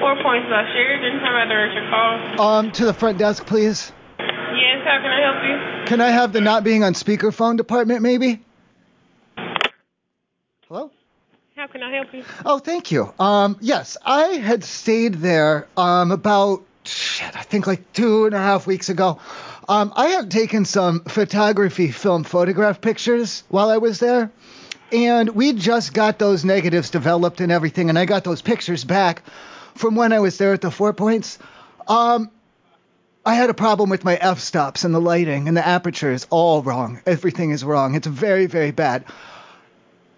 four points left. Sheridan, how may I direct your call? Um, to the front desk, please. Yes, how can I help you? Can I have the not being on speakerphone department, maybe? Hello? How can I help you? Oh, thank you. Um, yes, I had stayed there um, about, shit, I think like two and a half weeks ago. Um, I had taken some photography film photograph pictures while I was there. And we just got those negatives developed and everything. And I got those pictures back from when I was there at the Four Points. Um, I had a problem with my f stops and the lighting and the aperture is all wrong. Everything is wrong. It's very, very bad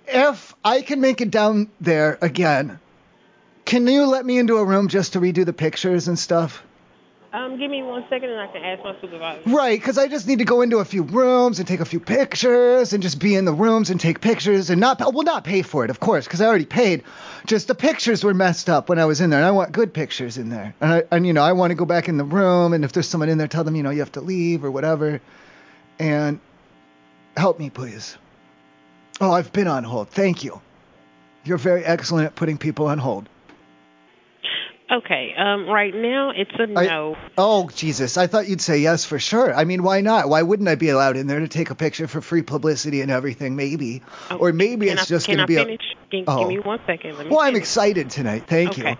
if I can make it down there again, can you let me into a room just to redo the pictures and stuff? Um, give me one second and I can ask my supervisor. Right, because I just need to go into a few rooms and take a few pictures and just be in the rooms and take pictures and not, well, not pay for it, of course, because I already paid. Just the pictures were messed up when I was in there, and I want good pictures in there. And, I, and you know, I want to go back in the room, and if there's someone in there, tell them, you know, you have to leave or whatever. And help me, please. Oh, I've been on hold. Thank you. You're very excellent at putting people on hold. Okay, um, right now it's a I- no. Oh, Jesus. I thought you'd say yes for sure. I mean, why not? Why wouldn't I be allowed in there to take a picture for free publicity and everything? Maybe. or maybe Oh, Can it's I, just can going I to be finish? Can- Oh. Give me one second. Let a. me Well, I'm finish. excited tonight. Thank you. okay.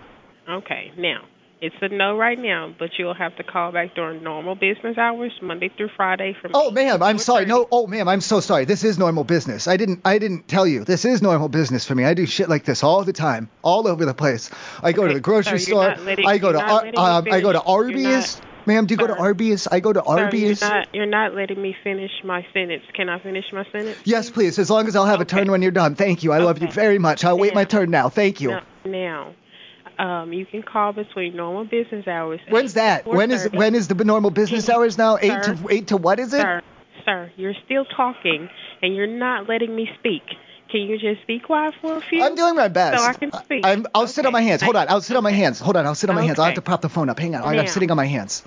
Okay, now. It's a no right now, but you'll have to call back during normal business hours, Monday through Friday from Oh, 8 ma'am, I'm to sorry. 4:30. No, oh, ma'am, I'm so sorry. This is normal business. I didn't, I didn't tell you. This is normal business for me. I do shit like this all the time, all over the place. I go to Okay, the grocery sir, you're store. not letting- I go you're to, not Ar- letting me um, I go to finish. You're Arby's. Ma'am, do you go to Sir. Arby's? I go to Sir, Arby's. You're not, you're not letting me finish my sentence. Can I finish my sentence? Yes, please. As long as I'll have a turn Okay. when you're done. Thank you. I love you Okay. very much. I'll wait Yeah. my turn now. Thank you. Now, now, um, you can call between normal business hours. When's 8 to that? When is 4:30. when is the normal business Can you- hours now? Eight Sir. to eight to what is it? Sir, sir, you're still talking and you're not letting me speak. Can you just be quiet for a few? I'm doing my best. So I can speak. I'm, I'll sit on Okay. my hands. Hold on. I'll sit on my Okay. hands. Hold on. I'll sit on my hands. I'll have Okay. to prop the phone up. Hang on. All right, I'm Now. sitting on my hands.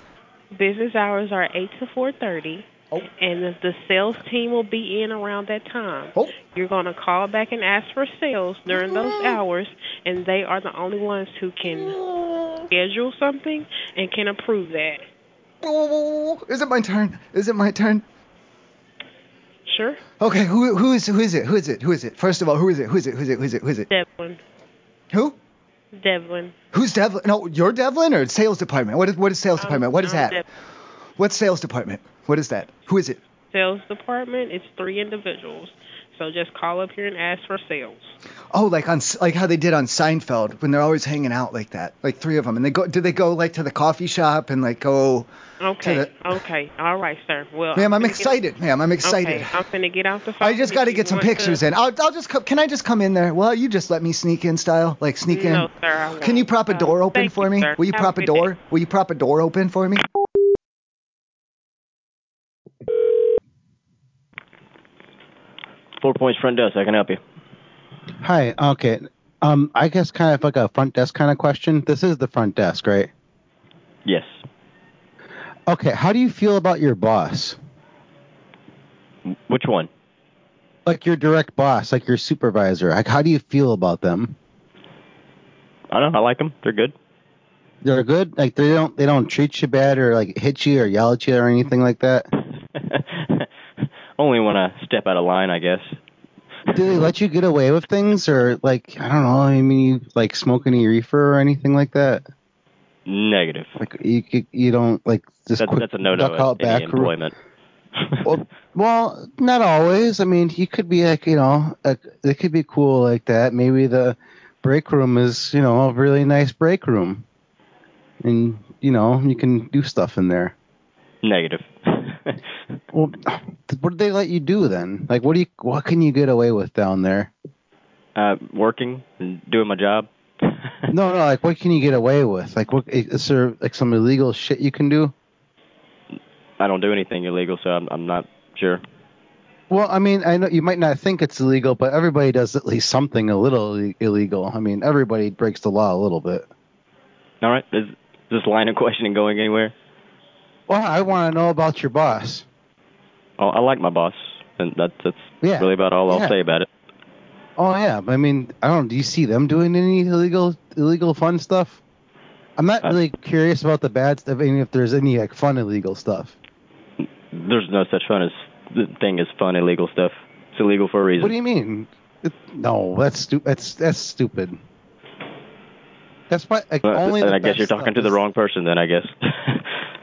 Business hours are eight to four thirty, Oh. and the, the sales team will be in around that time. Oh. Mm-hmm. You're gonna call back and ask for sales during those hours, and they are the only ones who can Mm-hmm. schedule something and can approve that. Is it my turn? Is it my turn? Sure, Okay. Who who is who is it? Who is it? Who is it? First of all, who is it? Who is it? Who is it? Who is it? Who is it? Devlin. Who? Devlin. Who's Devlin? No, you're Devlin or sales department? What is what is sales department? What is Um, I'm that? Devlin. What's sales department? What is that? Who is it? Sales department. It's three individuals, so just call up here and ask for sales. Oh, like on like how they did on Seinfeld when they're always hanging out like that, like three of them, and they go. Do they go like to the coffee shop and like go? Okay. the- okay. All right, sir. Well, Ma'am, I'm finna get- excited. Ma'am, I'm excited. Okay, I'm finna get off the phone. I just got to get some pictures in. I'll, I'll just come, can I just come in there? Well, you just let me sneak in style, like sneak in. No, sir. I won't. Can you prop a Um, door open thank for you, me? sir. Will you Have a prop a good day. door? Will you prop a door open for me? Four Points Front Desk. I can help you. Hi. Okay. Um, I guess kind of like a front desk kind of question. This is the front desk, right? Yes. Okay. How do you feel about your boss? Which one? Like your direct boss, like your supervisor. Like, how do you feel about them? I don't know. I like them. They're good. They're good. Like they don't they don't treat you bad or like hit you or yell at you or anything like that. Only when I step out of line, I guess. Do they let you get away with things or like I don't know? I mean, you like smoke any reefer or anything like that? Negative. Like you you- you don't like just That's, quick that's a no duck no out in back room- employment. Well, well, not always. I mean, he could be like, you know, like, it could be cool like that. Maybe the break room is, you know, a really nice break room, and you know, you can do stuff in there. Negative. Well, what do they let you do then? Like, what do you, what can you get away with down there? uh, working, and doing my job. No, no, like, what can you get away with? Like, what is there like some illegal shit you can do? I don't do anything illegal, so I'm, I'm not sure. Well, I mean, I know you might not think it's illegal, but everybody does at least something a little i- illegal. I mean, everybody breaks the law a little bit. All right. Is this line of questioning going anywhere? Well, I want to know about your boss. Oh, I like my boss, and that, that's Yeah. really about all I'll Yeah. say about it. Oh yeah, I mean, I don't. Do you see them doing any illegal, illegal fun stuff? I'm not Uh, really curious about the bad stuff, and if there's any like fun illegal stuff. There's no such fun as the thing as fun illegal stuff. It's illegal for a reason. What do you mean? It, no, that's stupid. That's that's stupid. That's why like, Uh, only. and the I guess best you're talking stuff to the is- wrong person. Then I guess.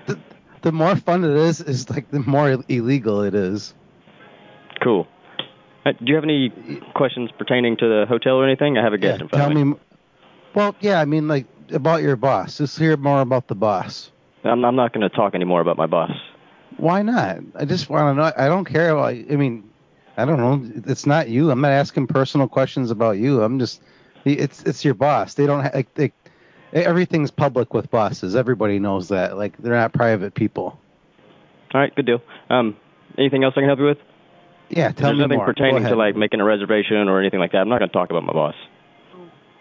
The, the more fun it is, is like the more ill- illegal it is. cool. Uh, do you have any questions pertaining to the hotel or anything? I have a guest in front tell of me. me. Well, yeah, I mean, like about your boss. Just hear more about the boss. I'm, I'm not going to talk anymore about my boss. Why not? I just want to know. I don't care. Like, I mean, I don't know. It's not you. I'm not asking personal questions about you. I'm just, it's it's your boss. They don't ha- like they, everything's public with bosses. Everybody knows that. Like they're not private people. All right, good deal. Um, anything else I can help you with? Yeah, tell There's me nothing more. Go pertaining to ahead. like making a reservation or anything like that. I'm not going to talk about my boss.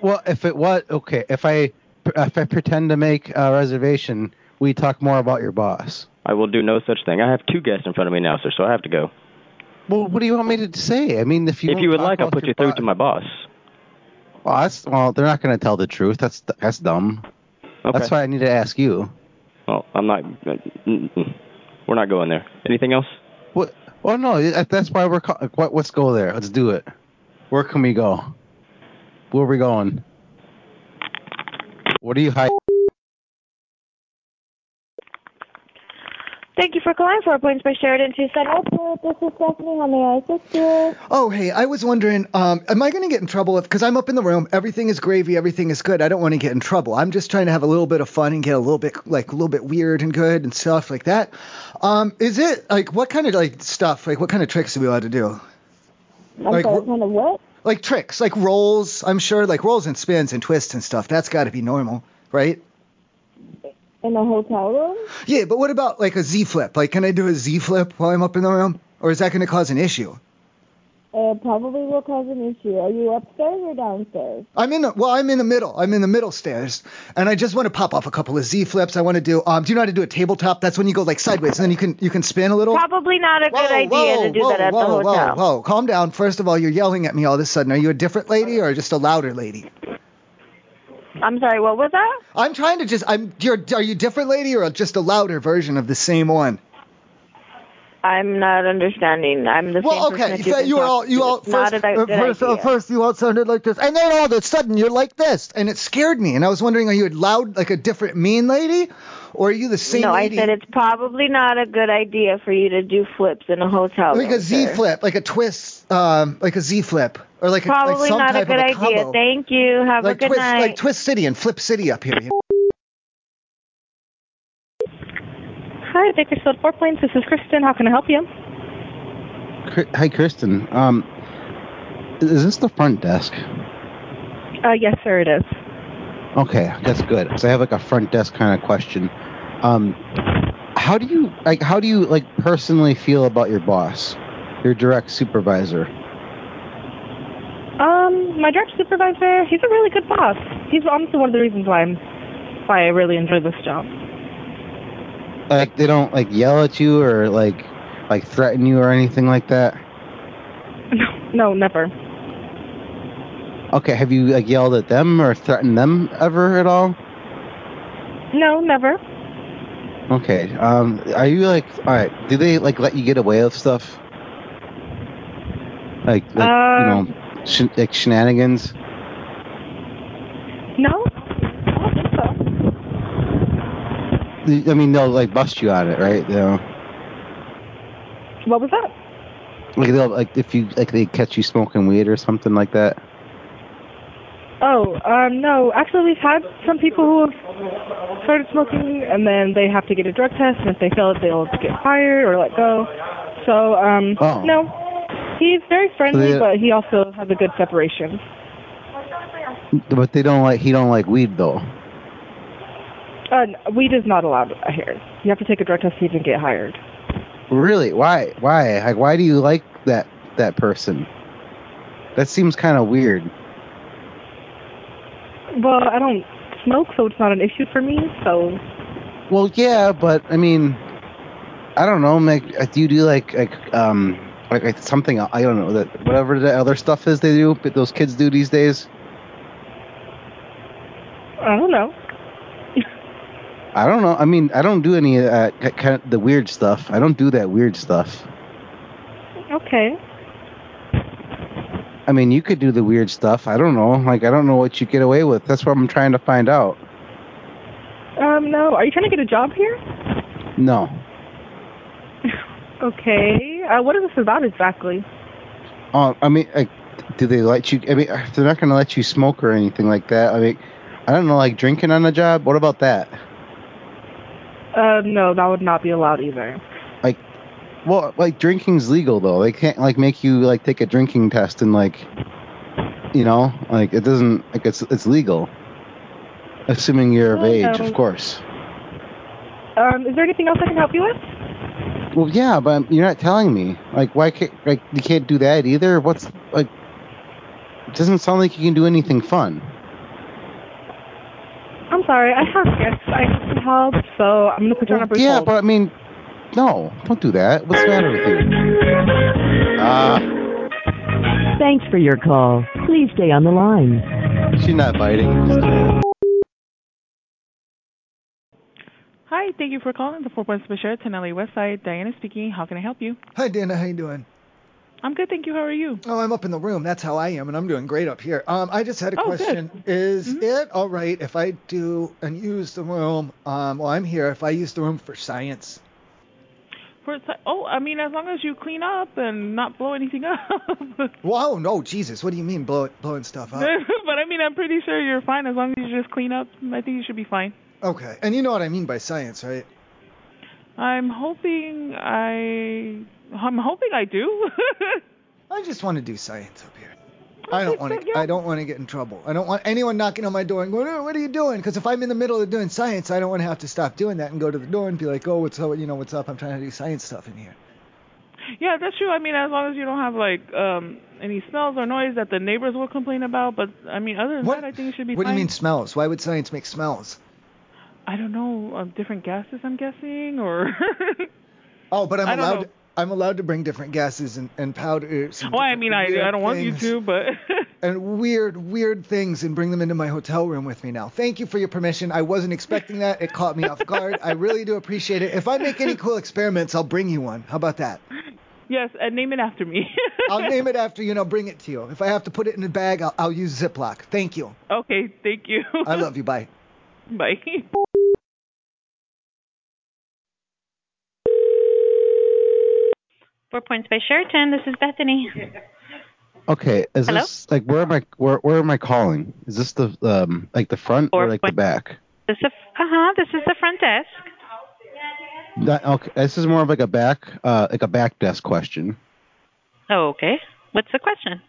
Well, if it was okay, if I if I pretend to make a reservation, we talk more about your boss. I will do no such thing. I have two guests in front of me now, sir, so I have to go. Well, what do you want me to say? I mean, if you if you would like, I'll put you through to my my boss. boss. Well, they're not going to tell the truth. That's that's dumb. Okay. That's why I need to ask you. Well, I'm not. uh, mm-mm. We're not going there. Anything else? What? Oh no, that- that's why we're. Call- what, let's go there. Let's do it. Where can we go? Where are we going? What are you hiding? Thank you for calling Four Points by Sheridan 270. This is Stephanie. How may I assist you? Oh, hey, I was wondering, um, am I going to get in trouble if, because I'm up in the room, everything is gravy, everything is good. I don't want to get in trouble. I'm just trying to have a little bit of fun and get a little bit, like, a little bit weird and good and stuff like that. Um, is it, like, what kind of, like, stuff, like, what kind of tricks are we allowed to do? I'm Like, sorry, wh- kind of what? Like, tricks, like rolls, I'm sure, like, rolls and spins and twists and stuff. That's got to be normal, right? In a hotel room? Yeah, but what about, like, a Z flip? Like, can I do a Z flip while I'm up in the room? Or is that going to cause an issue? It Uh, probably will cause an issue. Are you upstairs or downstairs? I'm in the well, I'm in the middle. I'm in the middle stairs, and I just want to pop off a couple of Z flips. I want to do um. Do you know how to do a tabletop? That's when you go like sideways, and then you can you can spin a little. Probably not a Whoa, whoa, whoa, whoa, Whoa, whoa, calm down. First of all, you're yelling at me all of a sudden. Are you a different lady or just a louder lady? I'm sorry, what was that? I'm trying to just. I'm. You're. Are you different lady or just a louder version of the same one? I'm not understanding. I'm the Well, okay. You, you are all. You all. First, uh, first, uh, first, you all sounded like this, and then all of a sudden you're like this, and it scared me. And I was wondering, are you a loud, like a different mean lady, or are you the same no, lady? I said it's probably not a good idea for you to do flips in a hotel. like room, a Z sir. flip, like a twist, um, like a Z flip, or like a, Probably like some not a type good of a idea. combo. Thank you. Have like a good twist, night. like Twist City and Flip City up here. you know? Hi, Bakersfield Four Plains. This is Kristen. How can I help you? Cri- Hi, Kristen. Um, is this the front desk? Uh, yes, sir, it is. Okay, that's good. 'cause I have like a front desk kind of question. Um, how do you like? How do you like personally feel about your boss, your direct supervisor? Um, my direct supervisor, he's a really good boss. He's honestly one of the reasons why I'm why I really enjoy this job. Like they don't like yell at you or like like threaten you or anything like that. No, never. Okay, have you like yelled at them or threatened them ever at all? No, never. Okay. Um, are you like all right? Do they like let you get away with stuff? Like, like Um, you know, sh- like shenanigans. No. I don't think so. I mean, they'll like bust you on it, right? You know, What was that? like they'll like if you like they catch you smoking weed or something like that. Oh, um, no. Actually, we've had some people who have started smoking and then they have to get a drug test, and if they fail it, they'll get fired or let go. So, um, Oh. no. He's very friendly, Yeah. but he also has a good separation. But they don't like he don't like weed though. Uh, n- weed is not allowed here. You have to take a drug test to even get hired. Really? Why? Why? Like, why do you like that that person? That seems kind of weird. Well, I don't smoke, so it's not an issue for me. So Well, yeah, but I mean, I don't know. Like, uh, do you do like like um like, like something I don't know that whatever the other stuff is they do but those kids do these days? I don't know. I don't know. I mean, I don't do any of that ki- kind of the weird stuff. I don't do that weird stuff. Okay. I mean, you could do the weird stuff. I don't know. Like, I don't know what you get away with. That's what I'm trying to find out. Um, no. Are you trying to get a job here? No. Okay. Uh, what is this about exactly? Oh, I mean, like, do they let you? I mean, if they're not going to let you smoke or anything like that. I mean, I don't know, like drinking on the job. What about that? Uh, no, that would not be allowed either. Well, like drinking's legal though. They can't like make you like take a drinking test and like, you know, like it doesn't like it's it's legal, assuming you're of Oh, age, no. of course. Um, is there anything else I can help you with? Well, yeah, but um, you're not telling me. Like, why can't like you can't do that either? What's like? It doesn't sound like you can do anything fun. I'm sorry, I have guests. I need some help, so I'm gonna put you on a brief yeah, hold. but I mean, no, don't do that. What's the matter with you? Ah. Thanks for your call. Please stay on the line. She's not biting. Hi, thank you for calling the Four Points Bashir Tenelli website. Diana speaking. How can I help you? Hi, Dana. How you doing? I'm good, thank you. How are you? Oh, I'm up in the room. That's how I am, and I'm doing great up here. Um, I just had a Oh, good. Mm-hmm. question. Is it all right if I do and use the room? Um, well, I'm here. If I use the room for science, For it's like- oh, I mean, as long as you clean up and not blow anything up. Uh. Wow, oh, no, Jesus, what do you mean blow, blowing stuff up? but I mean, I'm pretty sure you're fine as long as you just clean up. I think you should be fine. okay, and you know what I mean by science, right? I'm hoping I. I'm hoping I do. I just want to do science up here. I don't want to. I don't want to get in trouble. I don't want anyone knocking on my door and going, "Oh, "What are you doing?" Because if I'm in the middle of doing science, I don't want to have to stop doing that and go to the door and be like, "Oh, what's up? You know, what's up? I'm trying to do science stuff in here." yeah, that's true. I mean, as long as you don't have like um any smells or noise that the neighbors will complain about. But I mean, other than What- that, I think you should be What do fine. you mean smells? Why would science make smells? I don't know. Um, different gases, I'm guessing, or. Oh, but I'm I don't allowed. know. I'm allowed to bring different gases and, and powders. and Well, I different mean, I weird I don't want you things to, but. And weird, weird things and bring them into my hotel room with me now. Thank you for your permission. I wasn't expecting that. It caught me off guard. I really do appreciate it. If I make any cool experiments, I'll bring you one. How about that? Yes, and name it after me. I'll name it after you and I'll bring it to you. If I have to put it in a bag, I'll, I'll use Ziploc. Thank you. Okay, thank you. I love you. Bye. Bye. Four Points by Sheraton. This is Bethany. Okay, is Hello? this like where am I? Where where am I calling? Is this the um like the front or Four like the point- back? This is uh huh. This is the front desk. That, okay, this is more of like a back uh like a back desk question. Oh, okay. What's the question?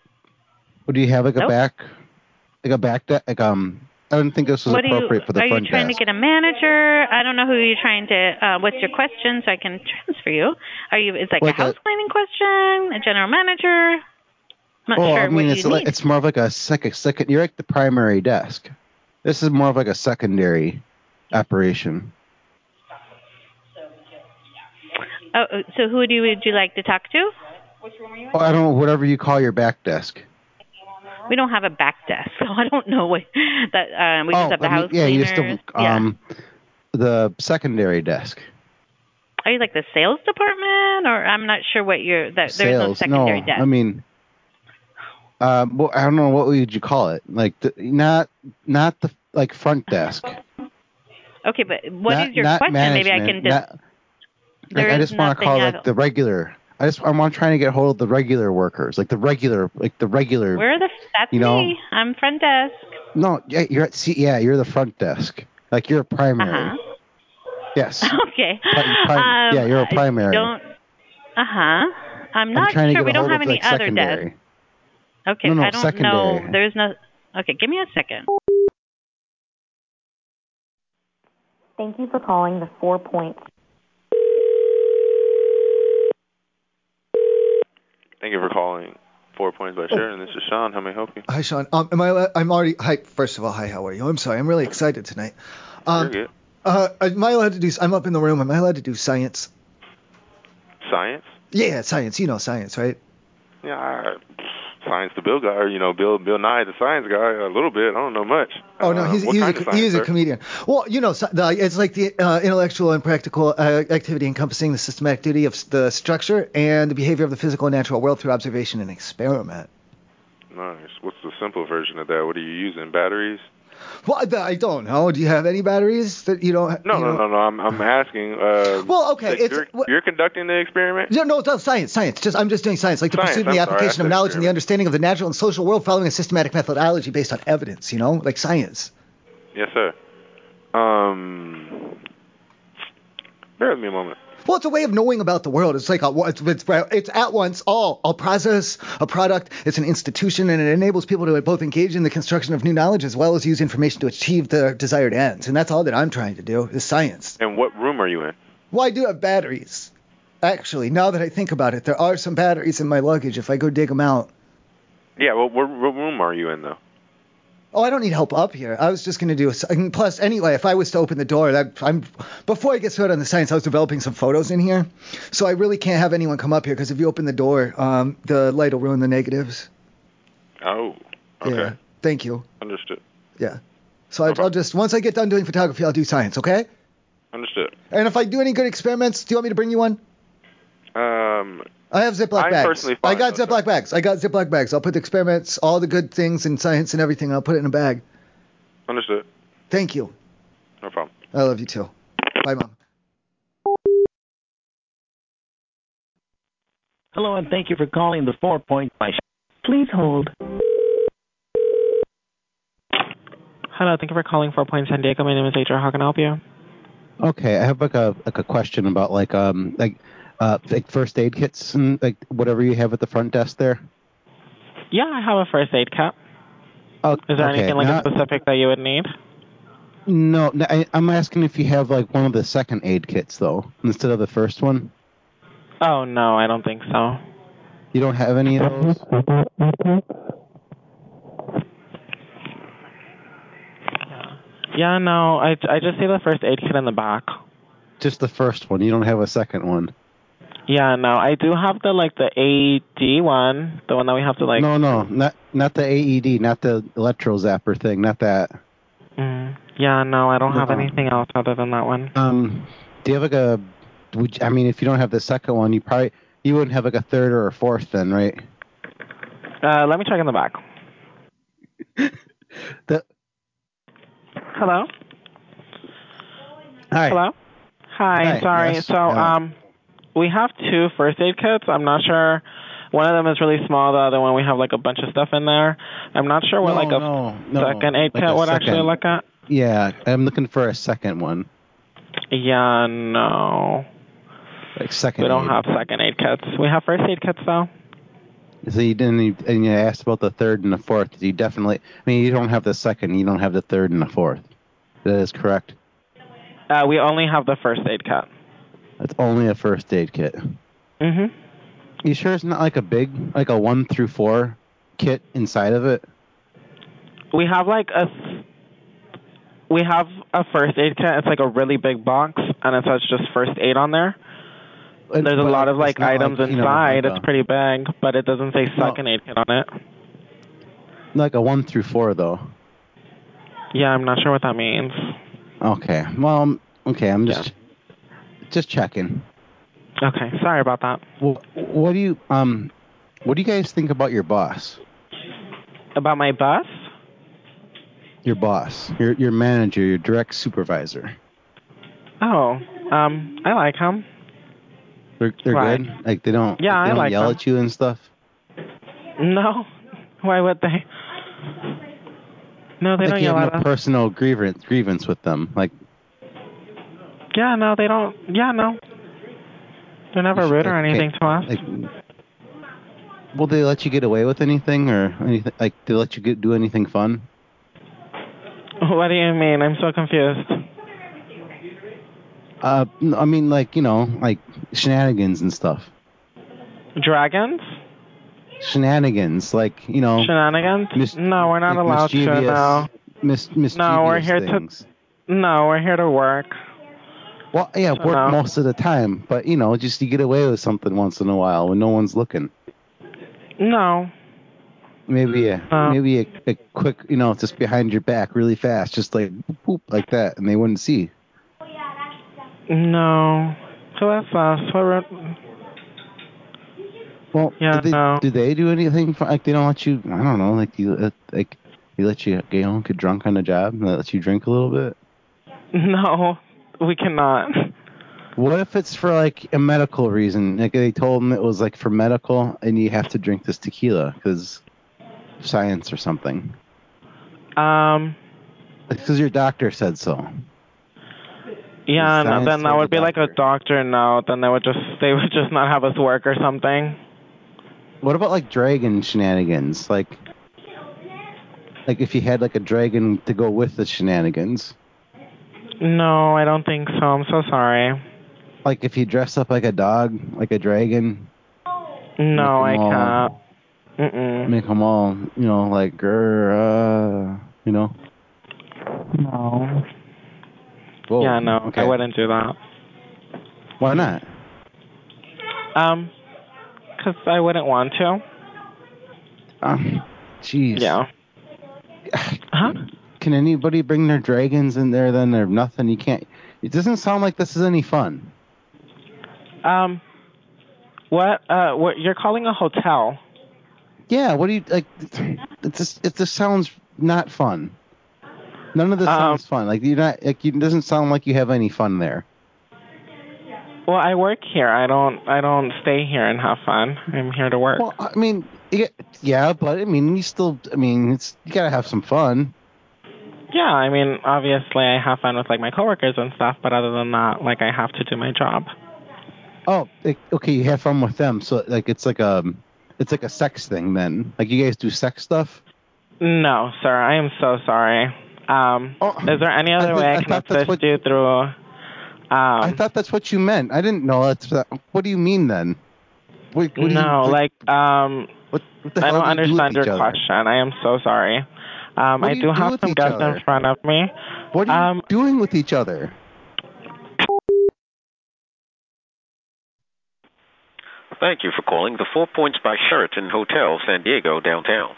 Or do you have like a Nope. back like a back desk? Like um, I didn't think this was what do appropriate you? for the are front you trying desk. to get a manager? I don't know who you're trying to. Uh, what's your question so I can transfer you? Are you? It's like Like a a- house cleaning question. A general manager. I'm not oh, sure I mean, what it's you like need. it's more of like a second second. You're like the primary desk. This is more of like a secondary operation. Oh, oh, so who do you, would you like to talk to? Oh, I don't know, whatever you call your back desk. We don't have a back desk, so I don't know what that. Um, we oh, just have the I mean, house yeah, you cleaners. just don't um the secondary desk. Are you like the sales department, or I'm not sure what you're. That, there's no sales. secondary desk. I mean, um, well, I don't know what would you call it. Like, the, not not the like front desk. Okay, but what is Not- your not question? Maybe I can management, just. not- like, there I is just want to nothing call at like the regular. I just I'm trying to get hold of the regular workers, like the regular, like the regular. Where are the? That's you know- me. I'm front desk. No, yeah, you're at C, yeah, you're the front desk. Like you're a primary. Uh Yes. huh. okay. Pri- pri- um, yeah, you're a I primary. Don't. Uh huh. I'm I'm not trying to sure. get We a don't hold have of, any like, other secondary. desk. Okay, No, no, I don't know. secondary. There's no. Okay, give me a second. Thank you for calling the Four Points. Thank you for calling Four Points by Oh. Sheridan. This is Sean. How may I help you? Hi, Sean. Um, am I? I'm already. Hi. First of all, hi. How are you? I'm sorry. I'm really excited tonight. Um, You're good. uh, am I allowed to do? I'm up in the room. Am I allowed to do science? Science? Yeah, science. You know science, right? Yeah, I, science to Bill guy, or, you know, Bill Bill Nye the science guy a little bit. I don't know much. Oh no, Uh, he's what he's, kind a, of he's science, a sir? comedian. Well, you know, so- the, it's like the uh, intellectual and practical uh, activity encompassing the systematic duty of s- the structure and the behavior of the physical and natural world through observation and experiment. Nice. What's the simple version of that? What are you using? Batteries? Well, I, I don't know. Do you have any batteries that you don't? No, you no, know- no, no. I'm I'm asking. Uh, Well, okay, that it's- you're, you're conducting the experiment. Yeah, no, no, science, science. Just I'm just doing science, like the Science, pursuit I'm and the sorry, I application said of knowledge and the understanding of the natural and social world, following a systematic methodology based on evidence. You know, like science. Yes, sir. Um, bear with me a moment. Well, it's a way of knowing about the world. It's like a, it's, it's, it's at once all a process, a product. It's an institution, and it enables people to both engage in the construction of new knowledge as well as use information to achieve their desired ends. And that's all that I'm trying to do is science. And what room are you in? Well, I do have batteries. Actually, now that I think about it, there are some batteries in my luggage. If I go dig them out. Yeah. Well, what, what room are you in though? Oh, I don't need help up here. I was just going to do a. s- and Plus, anyway, if I was to open the door, that I'm before I get started on the science, I was developing some photos in here, so I really can't have anyone come up here because if you open the door, um, the light will ruin the negatives. Oh. Okay. Yeah. Thank you. Understood. Yeah. So I, I'll just once I get done doing photography, I'll do science, okay? Understood. And if I do any good experiments, do you want me to bring you one? Um, I have Ziploc I'm bags. personally I got Ziploc bags. I got Ziploc bags. I'll put the experiments, all the good things in science and everything. I'll put it in a bag. understood. Thank you. No problem. I love you too. Bye, mom. Hello, and thank you for calling the Four Point by. Please hold. Hello, thank you for calling Four Point San Diego. My name is HR. How can I help you? Okay, I have like a like a question about like um like uh like first aid kits and like whatever you have at the front desk there. Yeah, I have a first aid kit. Oh, Is there okay, anything like now- specific that you would need? No, no, I, I'm asking if you have like one of the second aid kits though, instead of the first one. Oh no, I don't think so. You don't have any of those. Yeah, no, I, I just see the first aid kit in the back. Just the first one. You don't have a second one. Yeah, no, I do have the like the AED one, the one that we have to like. no, no, not not the AED, not the electro zapper thing, not that. Mm, yeah, no, I don't have anything else other than that one. Um, do you have like a? Would, I mean, if you don't have the second one, you probably you wouldn't have like a third or a fourth then, right? Uh, let me check in the back. The- Hello. Hi. Hello. Hi. Hi, Sorry. yes, So hello. um, we have two first aid kits. I'm not sure. One of them is really small. The other one we have like a bunch of stuff in there. I'm not sure what No, like a no, no, second aid like kit a would second. actually look at. Yeah, I'm looking for a second one, Yeah. No. like second. We don't aid. have second aid kits. We have first aid kits though. So you didn't, you- and you asked about the third and the fourth. You definitely, I mean, you don't have the second, you don't have the third and the fourth. That is correct. Uh, we only have the first aid kit. It's only a first aid kit. Mhm. You sure it's not like a big, like a one through four kit inside of it? We have like a we have a first aid kit. It's like a really big box, and it says just first aid on there. And- There's a but lot of like not like, items you know, inside. like a- it's pretty big, but it doesn't say No. second aid kit on it. Like a one through four though. Yeah, I'm not sure what that means. Okay. Well, um, okay. I'm just, just checking. Okay, sorry about that. Well, what do you, um, what do you guys think about your boss? About my boss? Your boss, your your manager, your direct supervisor. Oh, um, I like him. They're they're Right. good. Like they don't. Yeah, they I don't like yell them. at you and stuff. No, why would they? No, they like don't you yell have at no us. personal grievance grievance with them. Like Yeah, no, they don't. Yeah, no. They're never rude or okay. anything to us. will they let you get away with anything or anything? Like they let you get, do anything fun? What do you mean? I'm so confused. Uh, n- I mean like you know like shenanigans and stuff. Dragons? Shenanigans like you know. Shenanigans? no, we're not like allowed to. mischievous- No. Mis- mischievous No, we're here things. to. No, we're here to work. Well, yeah, So work no. most of the time, but you know, just you get away with something once in a while when no one's looking. No. Maybe a maybe a, a quick, you know, just behind your back, really fast, just like boop, like that, and they wouldn't see. No. So that's uh, so Well, yeah, do they, do they do anything? For, like they don't let you? I don't know. Like you, uh, like they let you get home, get drunk on the job, and they let you drink a little bit. No, we cannot. What if it's for like a medical reason? Like they told them it was like for medical, and you have to drink this tequila because science or something. Um. Because your doctor said so. The Yeah, no, science then that told would be like a doctor now. Then they would just they would just not have us work or something. What about like dragon shenanigans? Like, like if you had like a dragon to go with the shenanigans. No, I don't think so. I'm so sorry. Like if you dress up like a dog, like a dragon. No, I Make 'em all- can't. Mm-mm. Make them all, you know, like grr, uh, you know. No. Whoa, yeah, no, okay. I wouldn't do that. Why not? Um, because I wouldn't want to. Um, jeez. Yeah. Huh? Can anybody bring their dragons in there then or nothing? You can't. It doesn't sound like this is any fun. Um, what? Uh, what? You're calling a hotel? Yeah. What do you like? It just it just sounds not fun. None of this Um, sounds fun. Like you're not like it doesn't sound like you have any fun there. Well, I work here. I don't. I don't stay here and have fun. I'm here to work. Well, I mean, yeah, yeah, but I mean, you still, I mean, it's you gotta have some fun. yeah, I mean, obviously, I have fun with like my coworkers and stuff. But other than that, like, I have to do my job. Oh, like, okay, you have fun with them, so like it's like a, it's like a sex thing then. Like you guys do sex stuff. No, sir. I am so sorry. Um, is there any other Oh, I think- way I, I can thought that's assist you through? Um, I thought that's what you meant. I didn't know that's that. What do you mean then? What, what do you- no, like, um, the I hell don't do you do with understand your each other? question. I am so sorry. Um, What I do you do do have with some each guests other? in front of me. what are um, you doing with each other? Thank you for calling the Four Points by Sheraton Hotel, San Diego, downtown.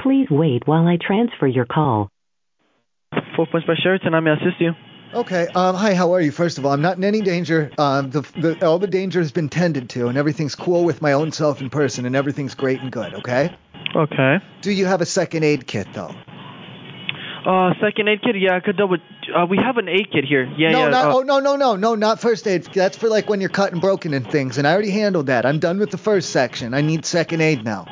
Please wait while I transfer your call. Four points by Sheraton. I may assist you. Okay. Um, hi, how are you? First of all, I'm not in any danger. Um, the, the, all the danger has been tended to, and everything's cool with my own self in person, and everything's great and good. Okay. Okay. Do you have a second aid kit though? Uh, second aid kit. Yeah, I could double. Uh, we have an aid kit here. Yeah, no, yeah. not, uh, oh, no, no, no, no, not first aid. That's for like when you're cut and broken and things. And I already handled that. I'm done with the first section. I need second aid now.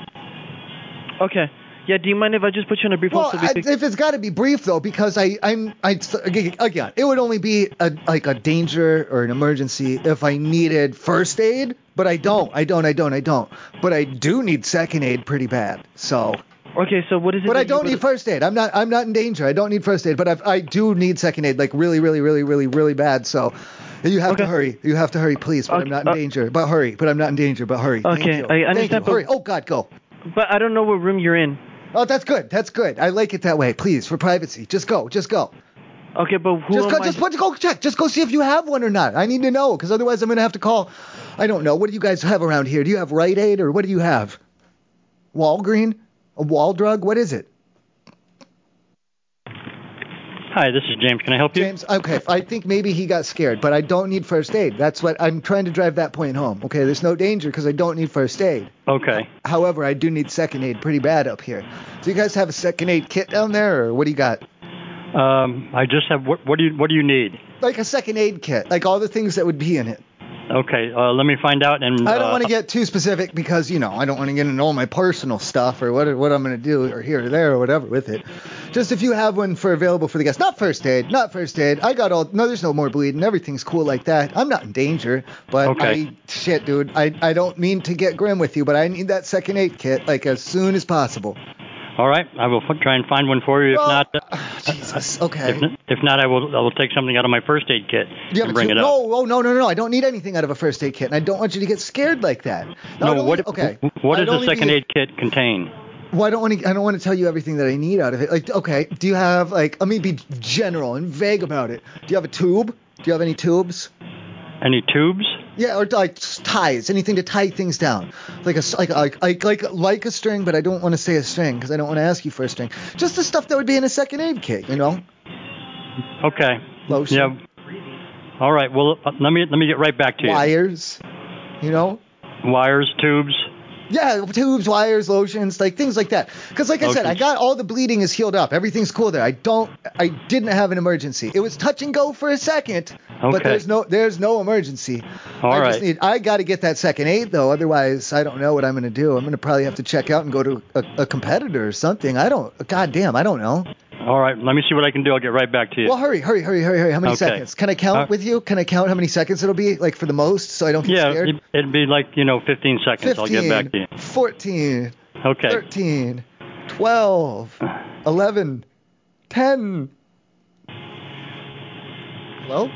Okay. Yeah. Do you mind if I just put you in a brief Well, hold so we I, could- if it's got to be brief though, because I, I'm, I again, it would only be a, like a danger or an emergency if I needed first aid, but I don't, I don't, I don't, I don't. But I do need second aid pretty bad. So. Okay. So what is it? But that I you don't would- need first aid. I'm not, I'm not in danger. I don't need first aid, but I've, I do need second aid, like really, really, really, really, really bad. So. You have to hurry. You have to hurry, please. But I'm not in danger. But hurry. But I'm not in danger. But hurry. Thank Uh, Okay, you. I understand, Thank you. but- Hurry. Oh God, go. But I don't know what room you're in. Oh, that's good. That's good. I like it that way. Please, for privacy. Just go. Just go. Okay, but who just am go, I- just put, go check. Just go see if you have one or not. I need to know because otherwise I'm gonna have to call. I don't know. What do you guys have around here? Do you have Rite Aid or what do you have? Walgreen? A wall drug? What is it? Hi, this is James. Can I help you? James. Okay. I think maybe he got scared, but I don't need first aid. That's what I'm trying to drive that point home. Okay. There's no danger because I don't need first aid. Okay. However, I do need second aid pretty bad up here. Do you guys have a second aid kit down there, or what do you got? Um, I just have. What, what do you What do you need? Like a second aid kit, like all the things that would be in it. Okay. Uh, let me find out. And I don't uh, want to get too specific because you know I don't want to get into all my personal stuff or what what I'm going to do or here or there or whatever with it. Just if you have one for available for the guests, not first aid, not first aid. I got all no, there's no more bleeding. Everything's cool like that. I'm not in danger, but Okay. I shit, dude. I I don't mean to get grim with you, but I need that second aid kit like as soon as possible. All right. I will f- try and find one for you. If Well, not, uh, Jesus. Okay. If, n- if not, I will. I will take something out of my first aid kit Yeah, and but bring you- it up. No, oh, no, no, no. I don't need anything out of a first aid kit, and I don't want you to get scared like that. Not only- what? okay. What I does the don't second need- aid kit contain? Well, I don't want to. I don't want to tell you everything that I need out of it. Like, okay, do you have like? Let me be general and vague about it. Do you have a tube? Do you have any tubes? Any tubes? Yeah, or like ties, anything to tie things down, like a s- like like like like, like a string, but I don't want to say a string because I don't want to ask you for a string. Just the stuff that would be in a second aid kit, you know. Okay. Yeah. All right. Well, uh, let me let me get right back to you. Wires. You know. Wires, tubes. Yeah, tubes, wires, lotions, like things like that. Because, like I said, I Lotions. got all the bleeding is healed up. Everything's cool there. I don't, I didn't have an emergency. It was touch and go for a second, but Okay. there's no, there's no emergency. All I right. just need, I got to get that second aid though. Otherwise, I don't know what I'm gonna do. I'm gonna probably have to check out and go to a, a competitor or something. I don't, goddamn, I don't know. All right. Let me see what I can do. I'll get right back to you. Well, hurry, hurry, hurry, hurry, hurry. How many Okay. seconds? Can I count Uh, with you? Can I count how many seconds it'll be, like for the most, so I don't get yeah, scared? it, it'd be like you know 15 seconds. I'll get back to you. 15, 14, Okay. 13, 12, 11, 10. Hello?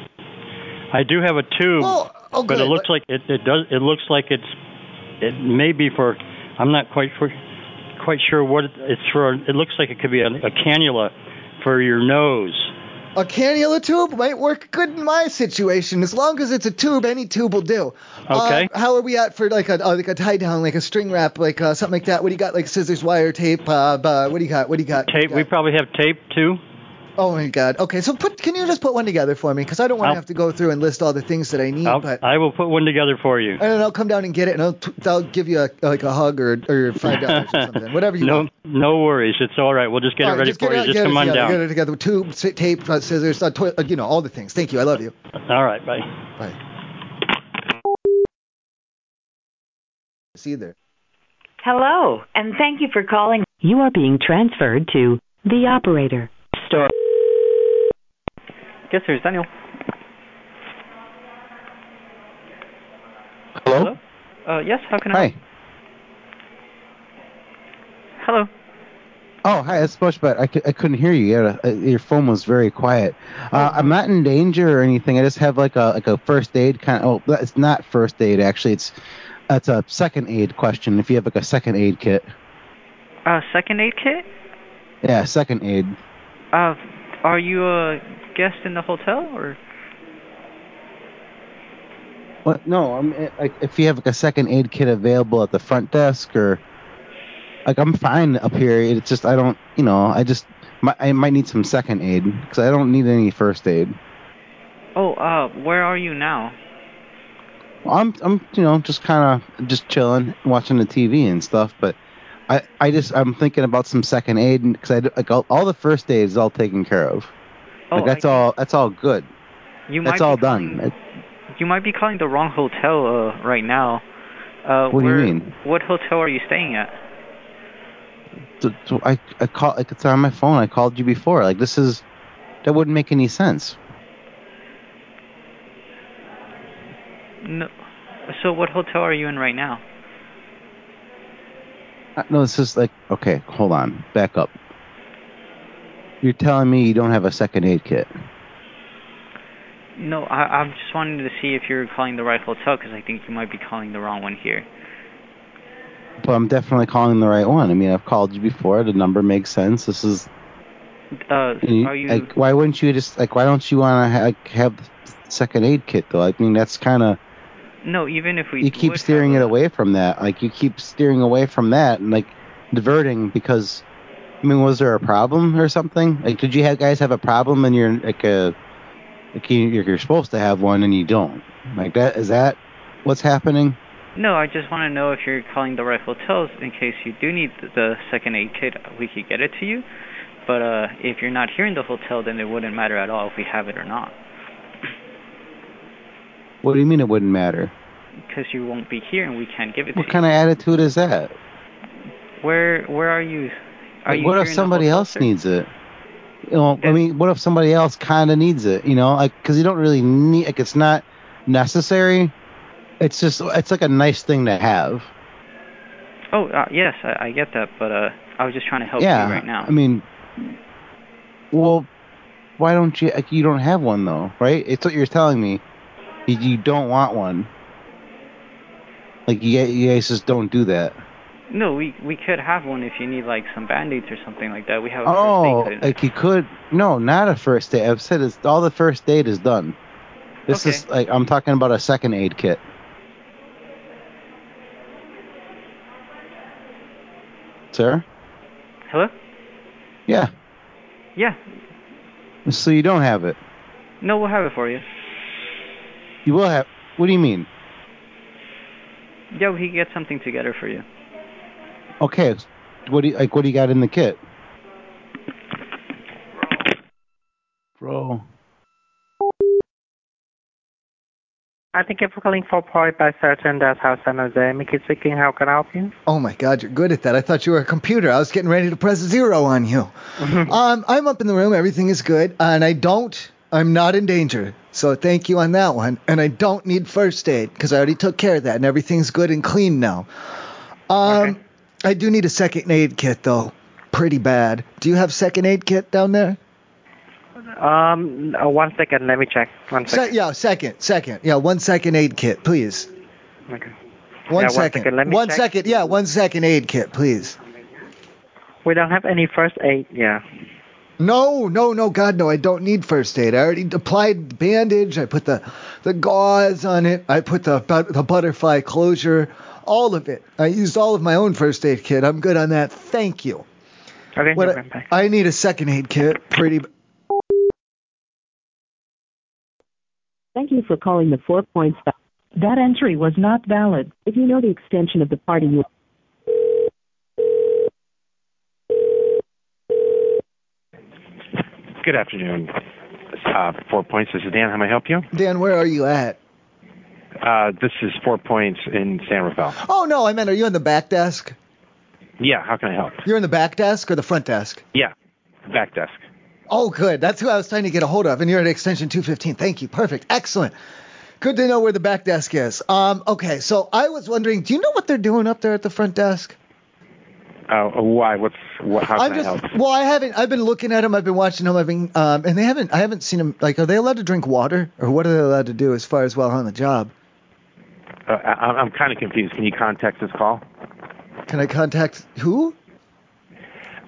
I do have a tube, Well, oh, but it good. looks like it, it does. It looks like it's it may be for. I'm not quite for, quite sure what it, it's for. It looks like it could be a, a cannula for your nose. A cannula tube might work good in my situation. As long as it's a tube, any tube will do. Okay. Uh, how are we at for like a uh, like a tie down, like a string wrap, like uh, something like that? What do you got? Like scissors, wire, tape. Uh, uh, what do you got? What do you got? What do you Tape. We got? probably have tape too. Oh my God. Okay, so put can you just put one together for me? Because I don't want to I'll- have to go through and list all the things that I need. I'll- Mm, but I will put one together for you. and then I'll come down and get it, and I'll, t- I'll give you a, like a hug or or five dollars or something, whatever you no, want. No worries. It's all right. We'll just get All it right, ready just for get it you. out- just get it come on together, down. Get it together with tube, s- tape, uh, scissors, uh, toi- uh, you know, all the things. Thank you. I love you. All right. Bye. Bye. See you there. Hello, and thank you for calling. You are being transferred to the operator. Store. Yes, sir. It's Daniel. Hello? Uh, yes. How can I? Hi. Hello. Oh, hi. That's much better. I, cou- I couldn't hear you. You had a- uh, your phone was very quiet. Uh, I'm not in danger or anything. I just have like a like a first aid kind. Of, oh, it's not first aid actually. It's that's a second aid question. If you have like a second aid kit. Uh, second aid kit. Yeah, second aid. Uh, are you a guest in the hotel or? What? No, I'm eh, like if you have like a second aid kit available at the front desk or like I'm fine up here. It's just I don't, you know, I just my, I might need some second aid because I don't need any first aid. Oh, uh, where are you now? I'm I'm you know just kind of just chilling, watching the TV and stuff, but. I, I just I'm thinking about some second aid because I d- like all, all the first aid is all taken care of. Oh, like I that's all that's all good. You that's might all be done. It- You might be calling the wrong hotel uh, right now. Uh, What do you where- mean? What hotel are you staying at? So- so I I call like it's on my phone. I called you before. Like this is that wouldn't make any sense. No. So what hotel are you in right now? Uh, No, it's just like okay, hold on, back up. You're telling me you don't have a second aid kit. No, I, I'm just wanting to see if you're calling the right hotel because I think you might be calling the wrong one here. But I'm definitely calling the right one. I mean, I've called you before. The number makes sense. This is Uh, you- are you? like, why wouldn't you just like, why don't you want to ha- like, have the second aid kit though? I mean, that's kind of no, even if we you keep would- steering it away from that. Like you keep steering away from that and like diverting because I mean, was there a problem or something? Like, did you have guys have a problem and you're like a like you- you're, you're supposed to have one and you don't? Like that is that what's happening? No, I just want to know if you're calling the right hotels in case you do need th- the second aid kit. We could get it to you. But uh, if you're not here in the hotel, then it wouldn't matter at all if we have it or not What do you mean it wouldn't matter? because you won't be here and we can't give it What to kind of attitude is that? you. Where Where are you? Are Like, you what here if in the somebody hotel, else sir? needs it? You know, I mean, what if somebody else kind of needs it? You know, like because you don't really need like it's not necessary. It's just it's like a nice thing to have. Oh, uh, yes, I, I get that, but uh, I was just trying to help yeah, you right now. I mean, well, why don't you? Like, you don't have one though, right? It's what you're telling me. You, you don't want one. Like you, you guys just don't do that. No, we we could have one if you need like some band-aids or something like that. We have a Oh, first aid kit. like you could. No, not a first aid. I've said it's all the first aid is done. This is like I'm talking about a second aid kit. Sarah? Hello? Yeah. Yeah. So you don't have it. No, we'll have it for you. You will have. What do you mean? Yeah, we can get something together for you. Okay. What do you, like? What do you got in the kit? Bro. I think if we're calling for Point by certain that's how San Jose. Mickey speaking, how can I help you? Oh my God, you're good at that. I thought you were a computer. I was getting ready to press zero on you. um, I'm up in the room. Everything is good, and I don't. I'm not in danger. So thank you on that one. And I don't need first aid because I already took care of that, and everything's good and clean now. Um, I do need a second aid kit though, pretty bad. Do you have second aid kit down there? Um, uh, one second, let me check. One Se- second. yeah, second, second. Yeah, one second aid kit, please. Okay. One Yeah, one second. second, let me One check. second, Yeah, one second aid kit, please. We don't have any first aid, yeah. No, no, no, God, no. I don't need first aid. I already applied the bandage. I put the the gauze on it. I put the but- the butterfly closure. All of it. I used all of my own first aid kit. I'm good on that. Thank you. Okay, What no I- problem. I need a second aid kit. Pretty. b- Thank you for calling the Four Points. Ba- That entry was not valid. If you know the extension of the party you Good afternoon. Uh, Four Points. This is Dan. How may I help you? Dan, where are you at? Uh, this is Four Points in San Rafael. Oh no, I meant, are you in the back desk? Yeah. How can I help? You're in the back desk or the front desk? Yeah. Back desk. Oh, good. That's who I was trying to get a hold of, and you're at extension 215. Thank you. Perfect. Excellent. Good to know where the back desk is. Um, okay, so I was wondering, do you know what they're doing up there at the front desk? Uh, why? What's? What, how can I'm just I help? well, I haven't. I've been looking at them. I've been watching them. I've been, um, and they haven't. I haven't seen them. Like, are they allowed to drink water, or what are they allowed to do as far as while on the job? Uh, I, I'm kind of confused. Can you context this call? Can I contact who?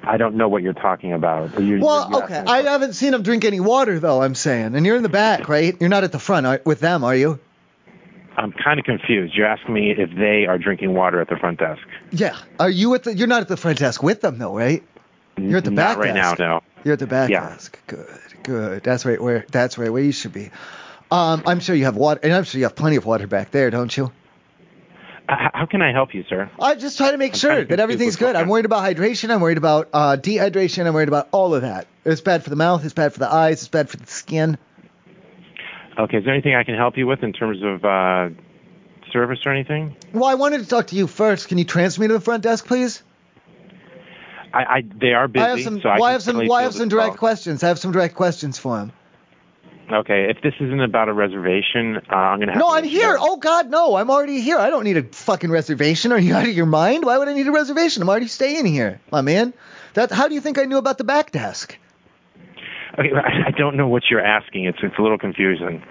I don't know what you're talking about. You, Well, you okay, I haven't seen them drink any water though. I'm saying, and you're in the back, right? You're not at the front are, with them, are you? I'm kind of confused. You're asking me if they are drinking water at the front desk. Yeah. Are you at the? You're not at the front desk with them though, right? You're at the Not back right desk. now. No. You're at the back Yeah. desk. Good, good. That's right where that's right where you should be. Um, I'm sure you have water, and I'm sure you have plenty of water back there, don't you? Uh, h- how can I help you, sir? I just try to make sure that everything's good. I'm worried about hydration. I'm worried about uh, dehydration. I'm worried about all of that. It's bad for the mouth. It's bad for the eyes. It's bad for the skin. Okay. Is there anything I can help you with in terms of uh, service or anything? Well, I wanted to talk to you first. Can you transfer me to the front desk, please? I, I they are busy. I have some. so well, I I can have some. certainly Well, field I have this some direct call. questions. I have some direct questions for him. Okay, if this isn't about a reservation, uh, I'm gonna have. No, to I'm here. Oh God, no! I'm already here. I don't need a fucking reservation. Are you out of your mind? Why would I need a reservation? I'm already staying here, my man. That. How do you think I knew about the back desk? Okay, I I don't know what you're asking. It's it's a little confusing.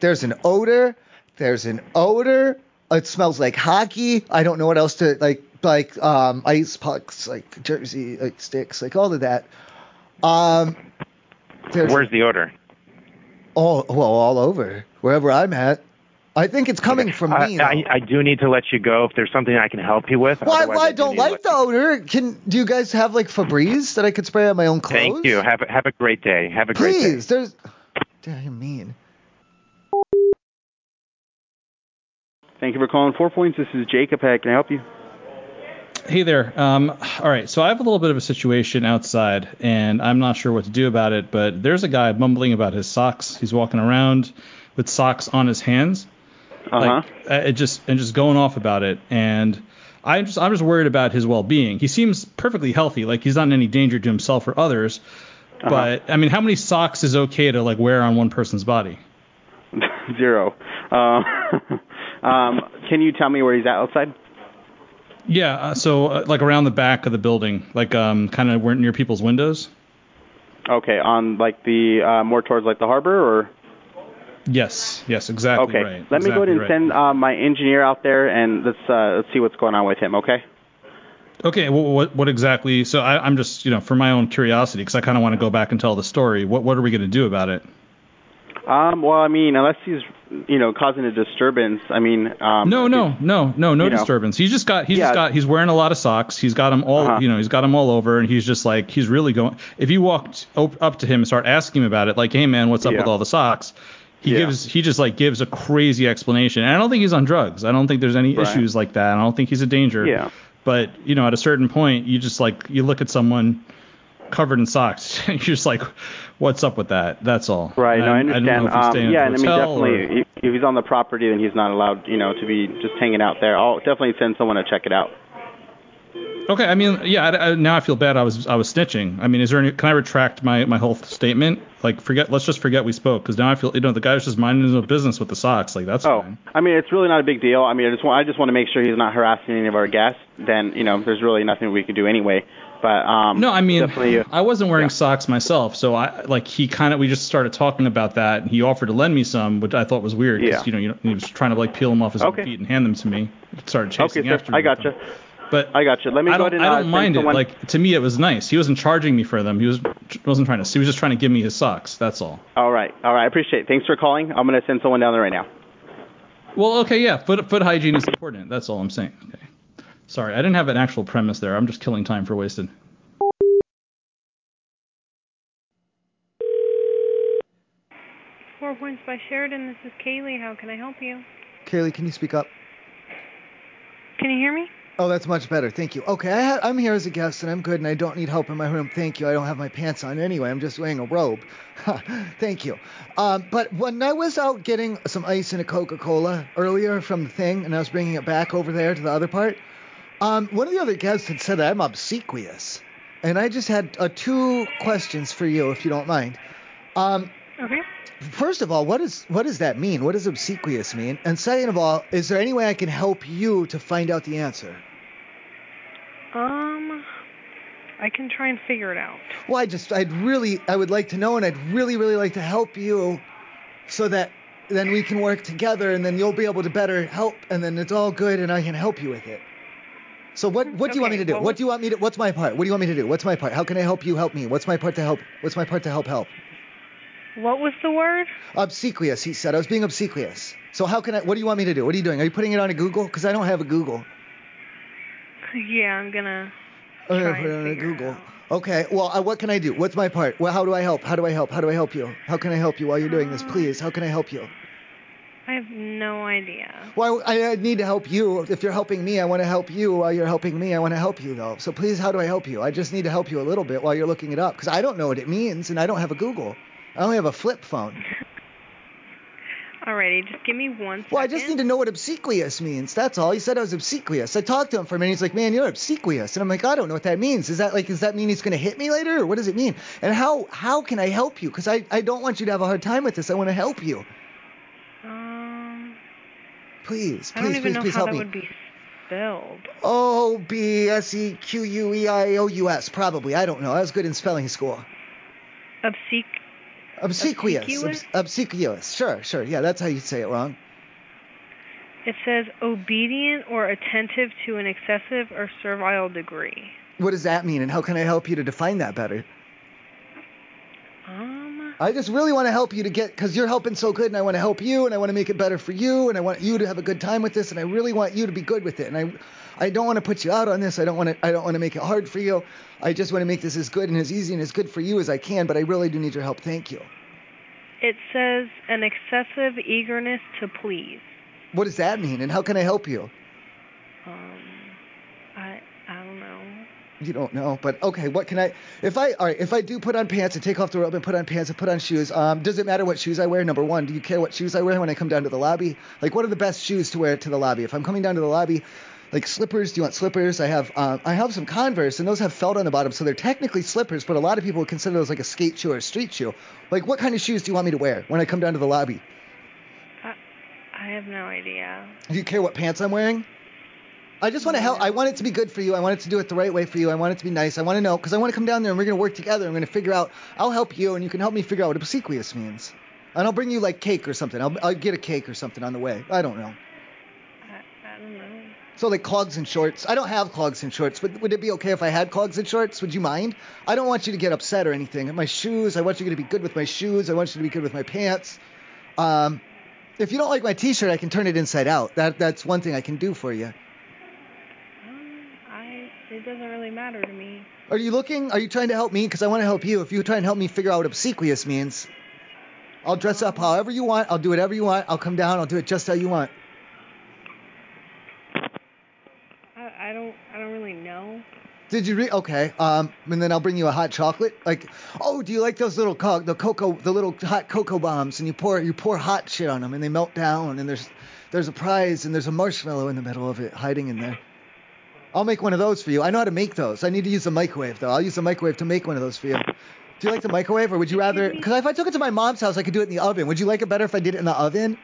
There's an odor. There's an odor. It smells like hockey. I don't know what else to like, like um, ice pucks, like jersey, like sticks, like all of that. Um, there's Where's the order? all well, all over wherever I'm at. I think it's coming from I, me. though. I, I do need to let you go. If there's something I can help you with, Why? otherwise Why I do need don't to like the odor? Can do you guys have like Febreze that I could spray on my own let- clothes? Thank you. Have a, have a great day. Have a great day. Please, there's. Damn, you're mean. Thank you for calling Four Points. This is Jacob. How can I help you? Hey there. Um, all right, so I have a little bit of a situation outside, and I'm not sure what to do about it. But there's a guy mumbling about his socks. He's walking around with socks on his hands, Uh-huh. like, uh, it just and just going off about it. And I'm just I'm just worried about his well-being. He seems perfectly healthy, like he's not in any danger to himself or others. But I mean, how many socks is okay to like wear on one person's body? Zero. Uh, um, can you tell me where he's at outside? Yeah, uh, so uh, like around the back of the building, like um, kind of near people's windows. Okay, on like the uh, more towards like the harbor or. Yes, yes, exactly okay, right. let me go ahead exactly and right. send uh, my engineer out there and let's uh, let's see what's going on with him. Okay. Okay, well, what what exactly? So I, I'm just you know for my own curiosity because I kind of want to go back and tell the story. What what are we going to do about it? Uh, Um, well, I mean, unless he's, you know, causing a disturbance. I mean, um, no, no, no, no, no you know. disturbance. He's just got he's just Yeah. got he's wearing a lot of socks. He's got them all, Uh-huh. you know, he's got them all over, and he's just like he's really going. If you walked op- up to him and start asking him about it, like, hey man, what's up Yeah. with all the socks? He gives he just like gives a crazy explanation. And I don't think he's on drugs. I don't think there's any Right. issues like that. I don't think he's a danger. Yeah. But you know, at a certain point, you just like you look at someone covered in socks, and you're just like, what's up with that? That's all. Right. And No, I I don't understand. know if he's um, staying at yeah, the and I mean, hotel or- definitely, if- if he's on the property, then he's not allowed, you know, to be just hanging out there. I'll definitely send someone to check it out. Okay, I mean, yeah. I, I- now I feel bad. I was I was snitching. I mean, is there any? Can I retract my my whole statement? Like, forget. Let's just forget we spoke, because now I feel you know the guy was just minding his own business with the socks. Like that's fine. Oh, I mean, it's really not a big deal. I mean, I just want, I just want to make sure he's not harassing any of our guests. Then, you know, there's really nothing we can do anyway. But um, No, I mean, definitely, I wasn't wearing socks myself, so I like he kind of we just started talking about that, and he offered to lend me some, which I thought was weird, Yeah. because you know you don't- he was trying to like peel them off his own Okay. feet and hand them to me. He started chasing okay, sir, after me. I with got them. gotcha. But I got you. Let me I go ahead don't, and I uh, don't send mind someone- it. Like to me, it was nice. He wasn't charging me for them. He was wasn't trying to. He was just trying to give me his socks. That's all. all right, all right. I appreciate. it. Thanks for calling. I'm gonna send someone down there right now. Well, okay, yeah, foot foot hygiene is important. That's all I'm saying. Okay. Sorry, I didn't have an actual premise there. I'm just killing time for wasted. Four Points by Sheridan. This is Kaylee. How can I help you? Kaylee, can you speak up? Can you hear me? Oh, that's much better. Thank you. Okay, I ha- I'm here as a guest and I'm good and I don't need help in my room. Thank you. I don't have my pants on anyway. I'm just wearing a robe. Thank you. Um, but when I was out getting some ice and a Coca Cola earlier from the thing and I was bringing it back over there to the other part, um, one of the other guests had said I'm obsequious. And I just had uh, two questions for you, if you don't mind. Um, okay. First of all, what is what does that mean? What does obsequious mean? And second of all, is there any way I can help you to find out the answer? Um, I can try and figure it out. Well, I just, I'd really, I would like to know, and I'd really, really like to help you, so that then we can work together, and then you'll be able to better help, and then it's all good, and I can help you with it. So what, what do you want me to do? what do you want me to? What's my part? What do you want me to do? What's my part? How can I help you? Help me. What's my part to help? What's my part to help? Help. What was the word? Obsequious. He said I was being obsequious. So how can I? What do you want me to do? What are you doing? Are you putting it on a Google? Because I don't have a Google. Yeah, I'm gonna. Uh, Try put it on a Google. Okay. Well, uh, what can I do? What's my part? Well, how do I help? How do I help? How do I help you? How can I help you while you're doing this? Please. How can I help you? I have no idea. Well, I, I need to help you. If you're helping me, I want to help you. While you're helping me, I want to help you, though. So please, how do I help you? I just need to help you a little bit while you're looking it up because I don't know what it means and I don't have a Google. I only have a flip phone. Alrighty, just give me one. Well, I just need to know what obsequious means. That's all. He said I was obsequious. I talked to him for a minute. He's like, "Man, you're obsequious," and I'm like, "I don't know what that means. Is that like, does that mean he's gonna hit me later, or what does it mean? And how how can I help you? Because I I don't want you to have a hard time with this. I want to help you. Um, Please, please, I don't even please, know please how help that me. would be spelled. O B S E Q U E I O U S, probably. I don't know. I was good in spelling school. Obsequ. Obsequious. Obsequious? Obs- obsequious. Sure, sure. Yeah, that's how you say it wrong. It says obedient or attentive to an excessive or servile degree. What does that mean, and how can I help you to define that better? Um, I just really want to help you to get, because you're helping so good, and I want to help you, and I want to make it better for you, and I want you to have a good time with this, and I really want you to be good with it, and I, I don't want to put you out on this. I don't want to, I don't want to make it hard for you. I just want to make this as good and as easy and as good for you as I can. But I really do need your help. Thank you. it says an excessive eagerness to please. What does that mean, and how can I help you? Um, I I don't know. You don't know, but okay. What can I? If I, all right, if I do put on pants and take off the robe and put on pants and put on shoes, um, does it matter what shoes I wear? Number one, do you care what shoes I wear when I come down to the lobby? Like, what are the best shoes to wear to the lobby? If I'm coming down to the lobby, like slippers, do you want slippers? I have, uh, I have some Converse, and those have felt on the bottom, so they're technically slippers, but a lot of people would consider those like a skate shoe or a street shoe. Like, what kind of shoes do you want me to wear when I come down to the lobby? I have no idea. Do you care what pants I'm wearing? I just want to help. I want it to be good for you. I want it to do it the right way for you. I want it to be nice. I want to know because I want to come down there and we're going to work together. I'm going to figure out. I'll help you and you can help me figure out what obsequious means. And I'll bring you like cake or something. I'll, I'll get a cake or something on the way. I don't know. I don't know. So like clogs and shorts. I don't have clogs and shorts, but would it be okay if I had clogs and shorts? Would you mind? I don't want you to get upset or anything. My shoes. I want you to be good with my shoes. I want you to be good with my pants. Um, if you don't like my T-shirt, I can turn it inside out. That that's one thing I can do for you. I it doesn't really matter to me. Are you looking? Are you trying to help me? Because I want to help you. If you try and help me figure out what obsequious means, I'll dress up however you want. I'll do whatever you want. I'll come down. I'll do it just how you want. I, I don't I don't really know. Did you read? Okay. Um, and then I'll bring you a hot chocolate. Like, oh, do you like those little co- the cocoa, the little hot cocoa bombs? And you pour you pour hot shit on them, and they melt down. And there's there's a prize, and there's a marshmallow in the middle of it, hiding in there. I'll make one of those for you. I know how to make those. I need to use the microwave though. I'll use the microwave to make one of those for you. Do you like the microwave, or would you rather? Because if I took it to my mom's house, I could do it in the oven. Would you like it better if I did it in the oven?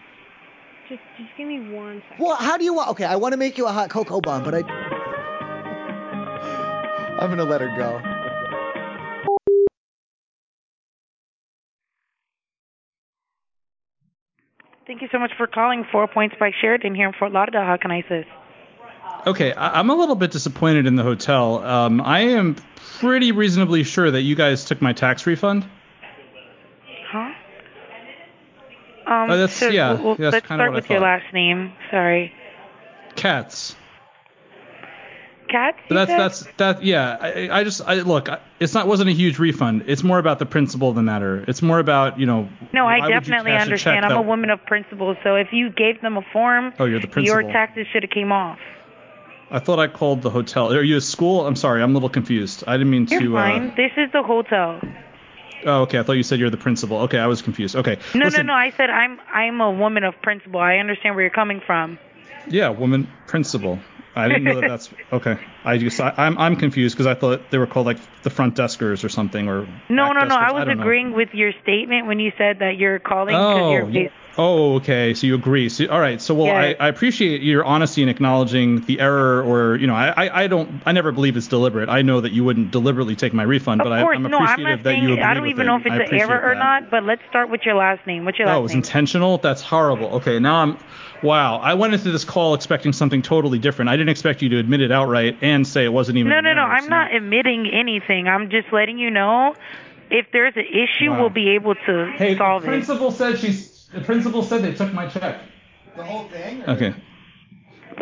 Just just give me one second. Well, how do you want? Okay, I want to make you a hot cocoa bomb, but I. I'm gonna let her go. Thank you so much for calling Four Points by Sheridan here in Fort Lauderdale. How can I assist? Okay, I- I'm a little bit disappointed in the hotel. Um, I am pretty reasonably sure that you guys took my tax refund. Huh? Um, Oh, that's- so yeah, we'll- we'll- that's let's kinda start what I with your thought. last name. Sorry. Cats. Cats? But you that's said? that's that. Yeah, I, I just I look. I- It's not wasn't a huge refund. It's more about the principle of the matter. It's more about you know. No, why I would you definitely cash a check understand. I'm that- a woman of principle, so if you gave them a form, Oh, you're the your principal. taxes should have came off. I thought I called the hotel. Are you a school? I'm sorry, I'm a little confused. I didn't mean You're to. fine. Uh, This is the hotel. oh, okay. I thought you said you're the principal. Okay, I was confused. Okay. No, Listen, no, no. I said I'm I'm a woman of principle. I understand where you're coming from. Yeah, woman principal. I didn't know that. That's okay. I just I, I'm I'm confused because I thought they were called like the front deskers or something or. No, back no, no. deskers. I I was don't know. agreeing with your statement when you said that you're calling because Oh, you're you- oh, okay. So you agree. So, all right. So well, Yeah. I, I appreciate your honesty in acknowledging the error, or you know, I, I, I don't, I never believe it's deliberate. I know that you wouldn't deliberately take my refund, but Of course, I, I'm no, I'm appreciative not that you saying agree I don't with even it. know if I it's an appreciate error or that. not, but let's start with your last name. What's your Oh, it last was name? intentional. That's horrible. Okay, now I'm. Wow, I went into this call expecting something totally different. I didn't expect you to admit it outright and say it wasn't even. No, no, no. I'm not admitting anything. I'm just letting you know if there's an issue, Wow. we'll be able to solve it. said she's. The principal said they took my check. The whole thing. Okay.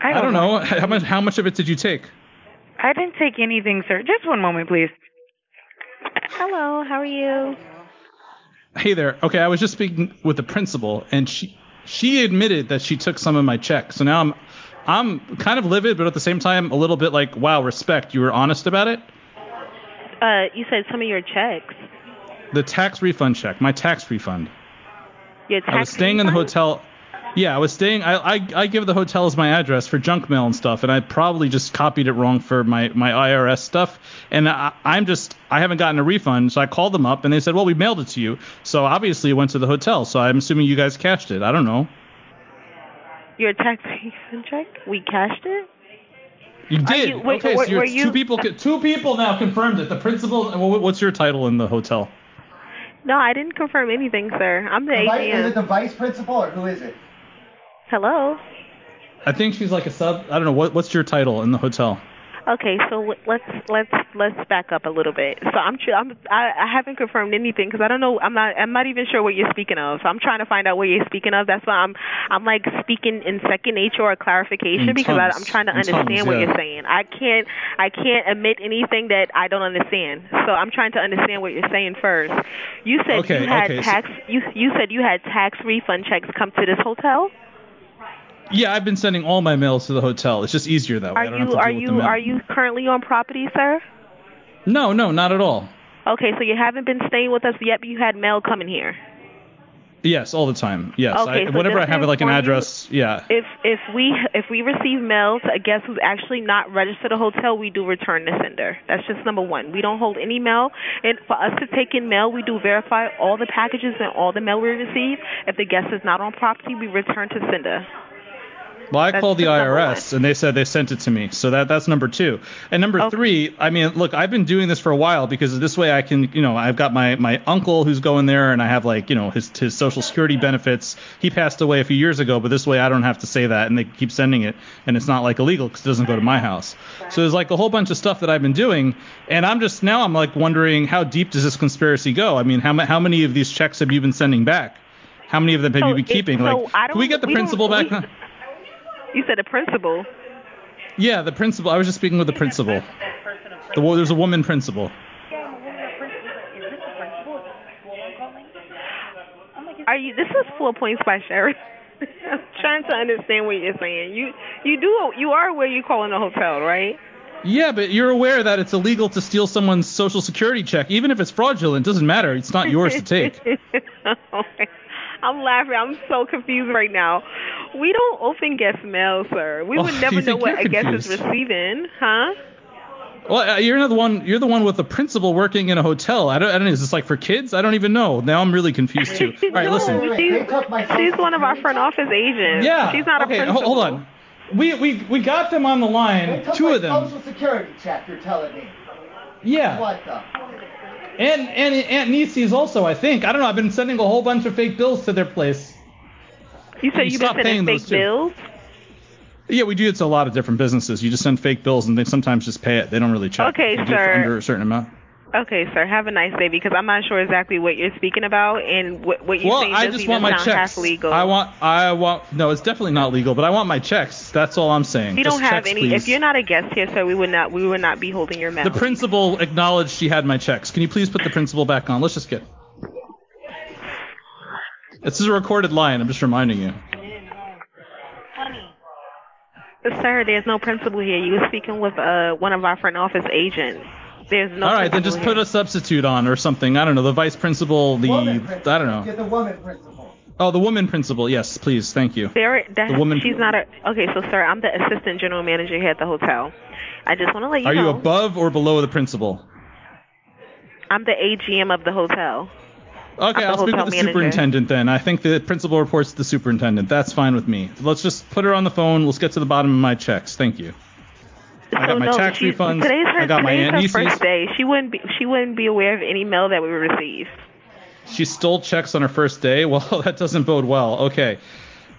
I don't, know how much. How much of it did you take? I didn't take anything, sir. Just one moment, please. Hello, how are you? Hey there. Okay, I was just speaking with the principal, and she she admitted that she took some of my check. So now I'm I'm kind of livid, but at the same time a little bit like, wow, respect. You were honest about it. Uh, you said some of your checks. The tax refund check, my tax refund. Your I was tax staying in the refund? hotel. Yeah, I was staying. I, I I give the hotels my address for junk mail and stuff, and I probably just copied it wrong for my my IRS stuff. And I, I'm just I haven't gotten a refund, so I called them up and they said, well, we mailed it to you. So obviously it went to the hotel. So I'm assuming you guys cashed it. I don't know. Your tax refund check? We cashed it? You did. you- wait, okay, were- so you're, were you- two people. Two people now confirmed it. The principal. wh- What's your title in the hotel? No, I didn't confirm anything, sir. I'm the Is it the AGM. vice principal or who is it? Hello? I think she's like a sub. I don't know. What, what's your title in the hotel? Okay, so w- let's let's let's back up a little bit. So I'm tr- I'm I, I haven't confirmed anything because I don't know. I'm not I'm not even sure what you're speaking of. So I'm trying to find out what you're speaking of. That's why I'm I'm like speaking in second nature or clarification In because I, tongues. I'm trying to In understand tongues, what yeah. you're saying. I can't I can't admit anything that I don't understand. So I'm trying to understand what you're saying first. You said Okay, you had okay, so- tax you you said you had tax refund checks come to this hotel. Yeah, I've been sending all my mails to the hotel. It's just easier that way. I Are don't have to you deal are with the you mail. are you currently on property, sir? No, no, not at all. Okay, so you haven't been staying with us yet, but you had mail coming here. Yes, all the time. Yes, Okay, I, so whenever I just have to like an inform you- address, yeah. If if we if we receive mail to a guest who's actually not registered a hotel, we do return the sender. That's just number one. We don't hold any mail, and for us to take in mail, we do verify all the packages and all the mail we receive. If the guest is not on property, we return to sender. Well, I That's called the just number IRS and they said they sent it to me. So that that's number two. And number three, I mean, look, I've been doing this for a while because this way I can, you know, I've got my my uncle who's going there and I have like, you know, his his social security benefits. He passed away a few years ago, but this way I don't have to say that and they keep sending it and it's not like illegal because it doesn't go to my house. So there's like a whole bunch of stuff that I've been doing and I'm just now I'm like wondering how deep does this conspiracy go? I mean, how ma- how many of these checks have you been sending back? How many of them have So you been it- keeping? so like, I can we don't- get the we don't- principal back? we- on? You said a principal. Yeah, the principal. I was just speaking with the principal. The wo- there's a woman principal. Are you? This is four points by Sherry. I'm trying to understand what you're saying. You you do you are aware you call in a hotel, right? Yeah, but you're aware that it's illegal to steal someone's social security check, even if it's fraudulent. It doesn't matter. It's not yours to take. I'm laughing. I'm so confused right now. We don't open guest mail, sir. We Oh, would you never know think what you're a guest is confused. receiving, huh? Well, uh, you're not the one. You're the one with the principal working in a hotel. I don't. I don't know. Is this like for kids? I don't even know. Now I'm really confused too. All right, No, listen. She's, she's one of our front office agents. Yeah. She's not okay, a ho- principal. Hold on. We we we got them on the They line. took Two my of them. Social security check, you're telling me. Yeah. What the? And and Aunt Niecy's also. I think. I don't know. I've been sending a whole bunch of fake bills to their place. You said You you've been stopped sending paying those fake too. bills. Yeah, we do it to a lot of different businesses. You just send fake bills, and they sometimes just pay it. They don't really check. Okay, They do it for sir. Under a certain amount. Okay, sir. Have a nice day because I'm not sure exactly what you're speaking about and what, what you're well, saying I doesn't just even want my sound checks. half legal. I want. I want. No, it's definitely not legal, but I want my checks. That's all I'm saying. we Just don't have checks, any. Please. If you're not a guest here, sir, we would not we would not be holding your mail. the principal acknowledged she had my checks. Can you please put the principal back on? Let's just get. This is a recorded line. I'm just reminding you. sir, there's no principal here. You were speaking with uh one of our front office agents. There's no. All right, then just put a substitute on or something. I don't know. The vice principal, the I don't know. Get the woman principal. Oh, the woman principal. Yes, please. Thank you. There, that, The woman- she's not a. Okay, so sir, I'm the assistant general manager here at the hotel. I just want to let you Are you know above or below the principal? I'm the AGM of the hotel. I'm Okay, the I'll speak hotel with the manager. superintendent then. I think the principal reports to the superintendent. That's fine with me. Let's just put her on the phone. Let's get to the bottom of my checks. Thank you. I So got my Oh, no, tax she- refunds. Today's her, I got my E today's aunt her Niecy's. first day. She wouldn't be she wouldn't be aware of any mail that we received. She stole checks on her first day. Well, that doesn't bode well. Okay.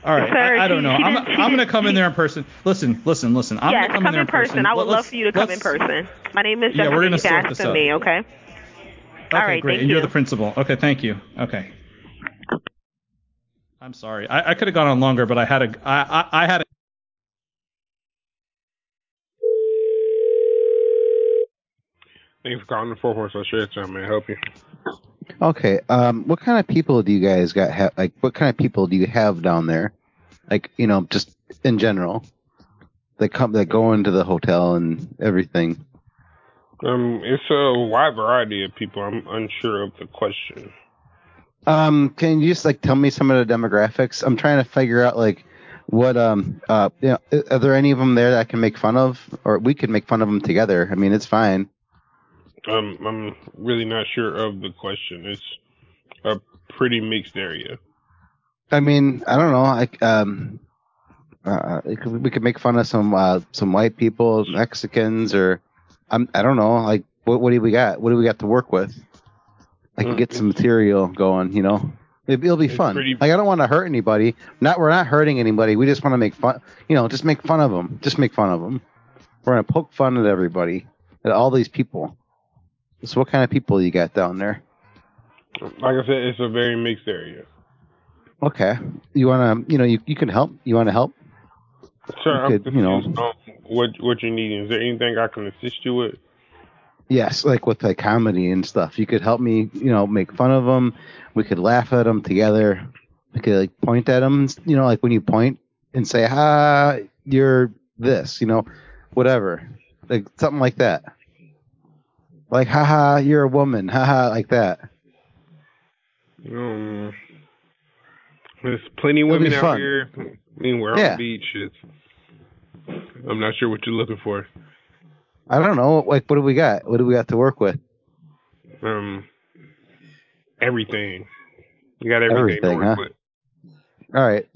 All right. Sir, I, I don't she- know. she I'm, didn't- she I'm gonna didn't- come in there in person. Listen, listen, listen. I'm yes, gonna come, in there in person. I would Let- love for you to come in let's- person. My name is Yeah, Jessica. we're gonna you can sort ask this them out. me, okay? Okay, All right, great. thank and you. you're the principal. Okay, thank you. Okay. I'm sorry. I, I could have gone on longer, but I had a I I, I had a Thank you for calling the Four Horse Australia. I may I help you. Okay. Um, what kind of people do you guys got? Ha- like, what kind of people do you have down there? Like, you know, just in general, that come that go into the hotel and everything. Um, it's a wide variety of people. I'm unsure of the question. Um, can you just like tell me some of the demographics? I'm trying to figure out like what um uh you know, i- are there any of them there that I can make fun of or we could make fun of them together? I mean, it's fine. Um, I'm really not sure of the question. It's a pretty mixed area. I mean, I don't know. I um, uh, it could- we could make fun of some uh, some white people, Mexicans, or I'm I don't know. Like, what what do we got? What do we got to work with? I can get some material going. You know, it, it'll be fun. like, I don't want to hurt anybody. Not we're not hurting anybody. We just want to make fun. You know, just make fun of them. Just make fun of them. We're gonna poke fun at everybody, at all these people. So, what kind of people you got down there? Like I said, it's a very mixed area. Okay, you wanna, you know, you you can help. You wanna help? Sir, I'm You could, you know. confused on what what you need. Is there anything I can assist you with? Yes, like with like comedy and stuff. You could help me, you know, make fun of them. We could laugh at them together. We could like point at them, you know, like when you point and say, "Ha, you're this," you know, whatever, like something like that. Like, "Ha ha, you're a woman," "Ha ha," like that. Um, there's plenty of women be out fun. here. I mean, we're on Yeah. the beach. It's, I'm not sure what you're looking for. I don't know, like, what do we got? What do we got to work with? Um, everything. You got everything. to Everything, work huh? with. All right,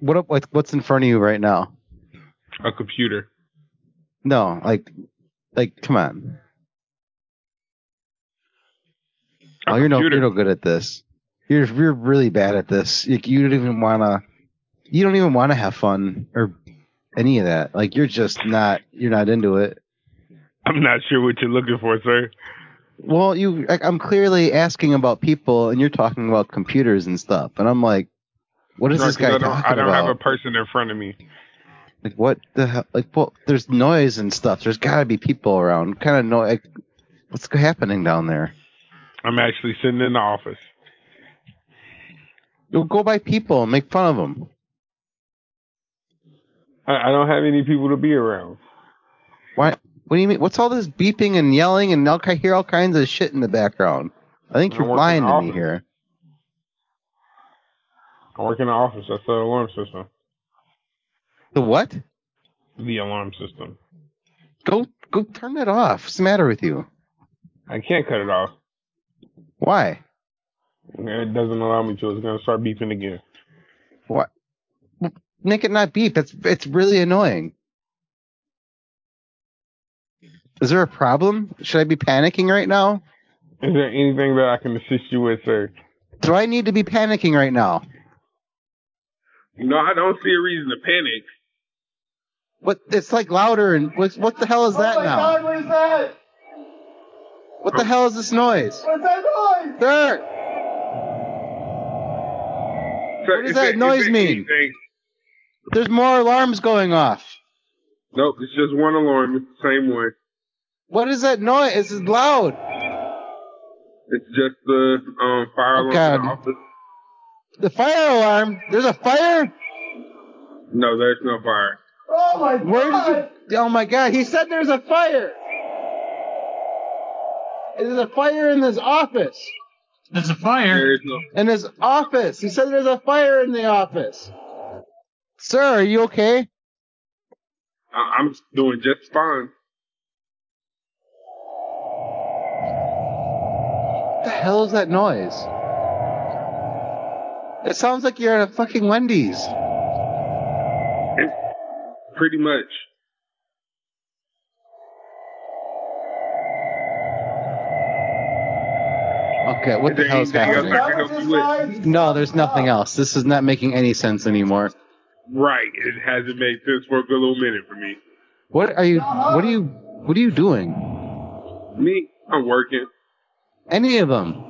what up? Like, what's in front of you right now? A computer. No, like, like, come on. Oh, you're no, you're no good at this. You're you're really bad at this. You, you don't even wanna, you don't even wanna have fun or any of that. Like you're just not, you're not into it. I'm not sure what you're looking for, sir. well, you, I, I'm clearly asking about people, and you're talking about computers and stuff, and I'm like, what is No, this 'cause guy I don't, talking I don't about? have a person in front of me. like, what the hell? Like, well, there's noise and stuff. There's got to be people around. Kind of noise. Like, what's happening down there? I'm actually sitting in the office. You'll go by people and make fun of them. I, I don't have any people to be around. Why? What do you mean? What's all this beeping and yelling and all, I hear all kinds of shit in the background? I think I you're work in lying the to me office. here. I work in the office. That's the alarm system. The what? The alarm system. Go go turn that off. What's the matter with you? I can't cut it off. Why? It doesn't allow me to. It's gonna start beeping again. What? Make it not beep. It's it's really annoying. Is there a problem? Should I be panicking right now? Is there anything that I can assist you with, sir? Do I need to be panicking right now? No, I don't see a reason to panic. What? It's like louder and what? What the hell is Oh that now? Oh what is that? What the hell is this noise? What's that noise? Sir, What does that noise mean? Anything? there's more alarms going off. Nope, it's just one alarm. It's the same one. What is that noise? This is loud. It's just the um, fire Oh, alarm in God. the office. The fire alarm. There's a fire. No, there's no fire. Oh my god. Where did you? Oh my God! He said there's a fire. There's a fire in his office. There's a fire. There is no. In his office. He said there's a fire in the office. Sir, are you okay? I- I'm doing just fine. What the hell is that noise? It sounds like you're at a fucking Wendy's. Pretty much. Okay, what Is the there hell is happening? anything else I can help you with? No, there's nothing else. This is not making any sense anymore. Right, it hasn't made sense for a good little minute for me. What are you? What are you? What are you doing? Me, I'm working. Any of them?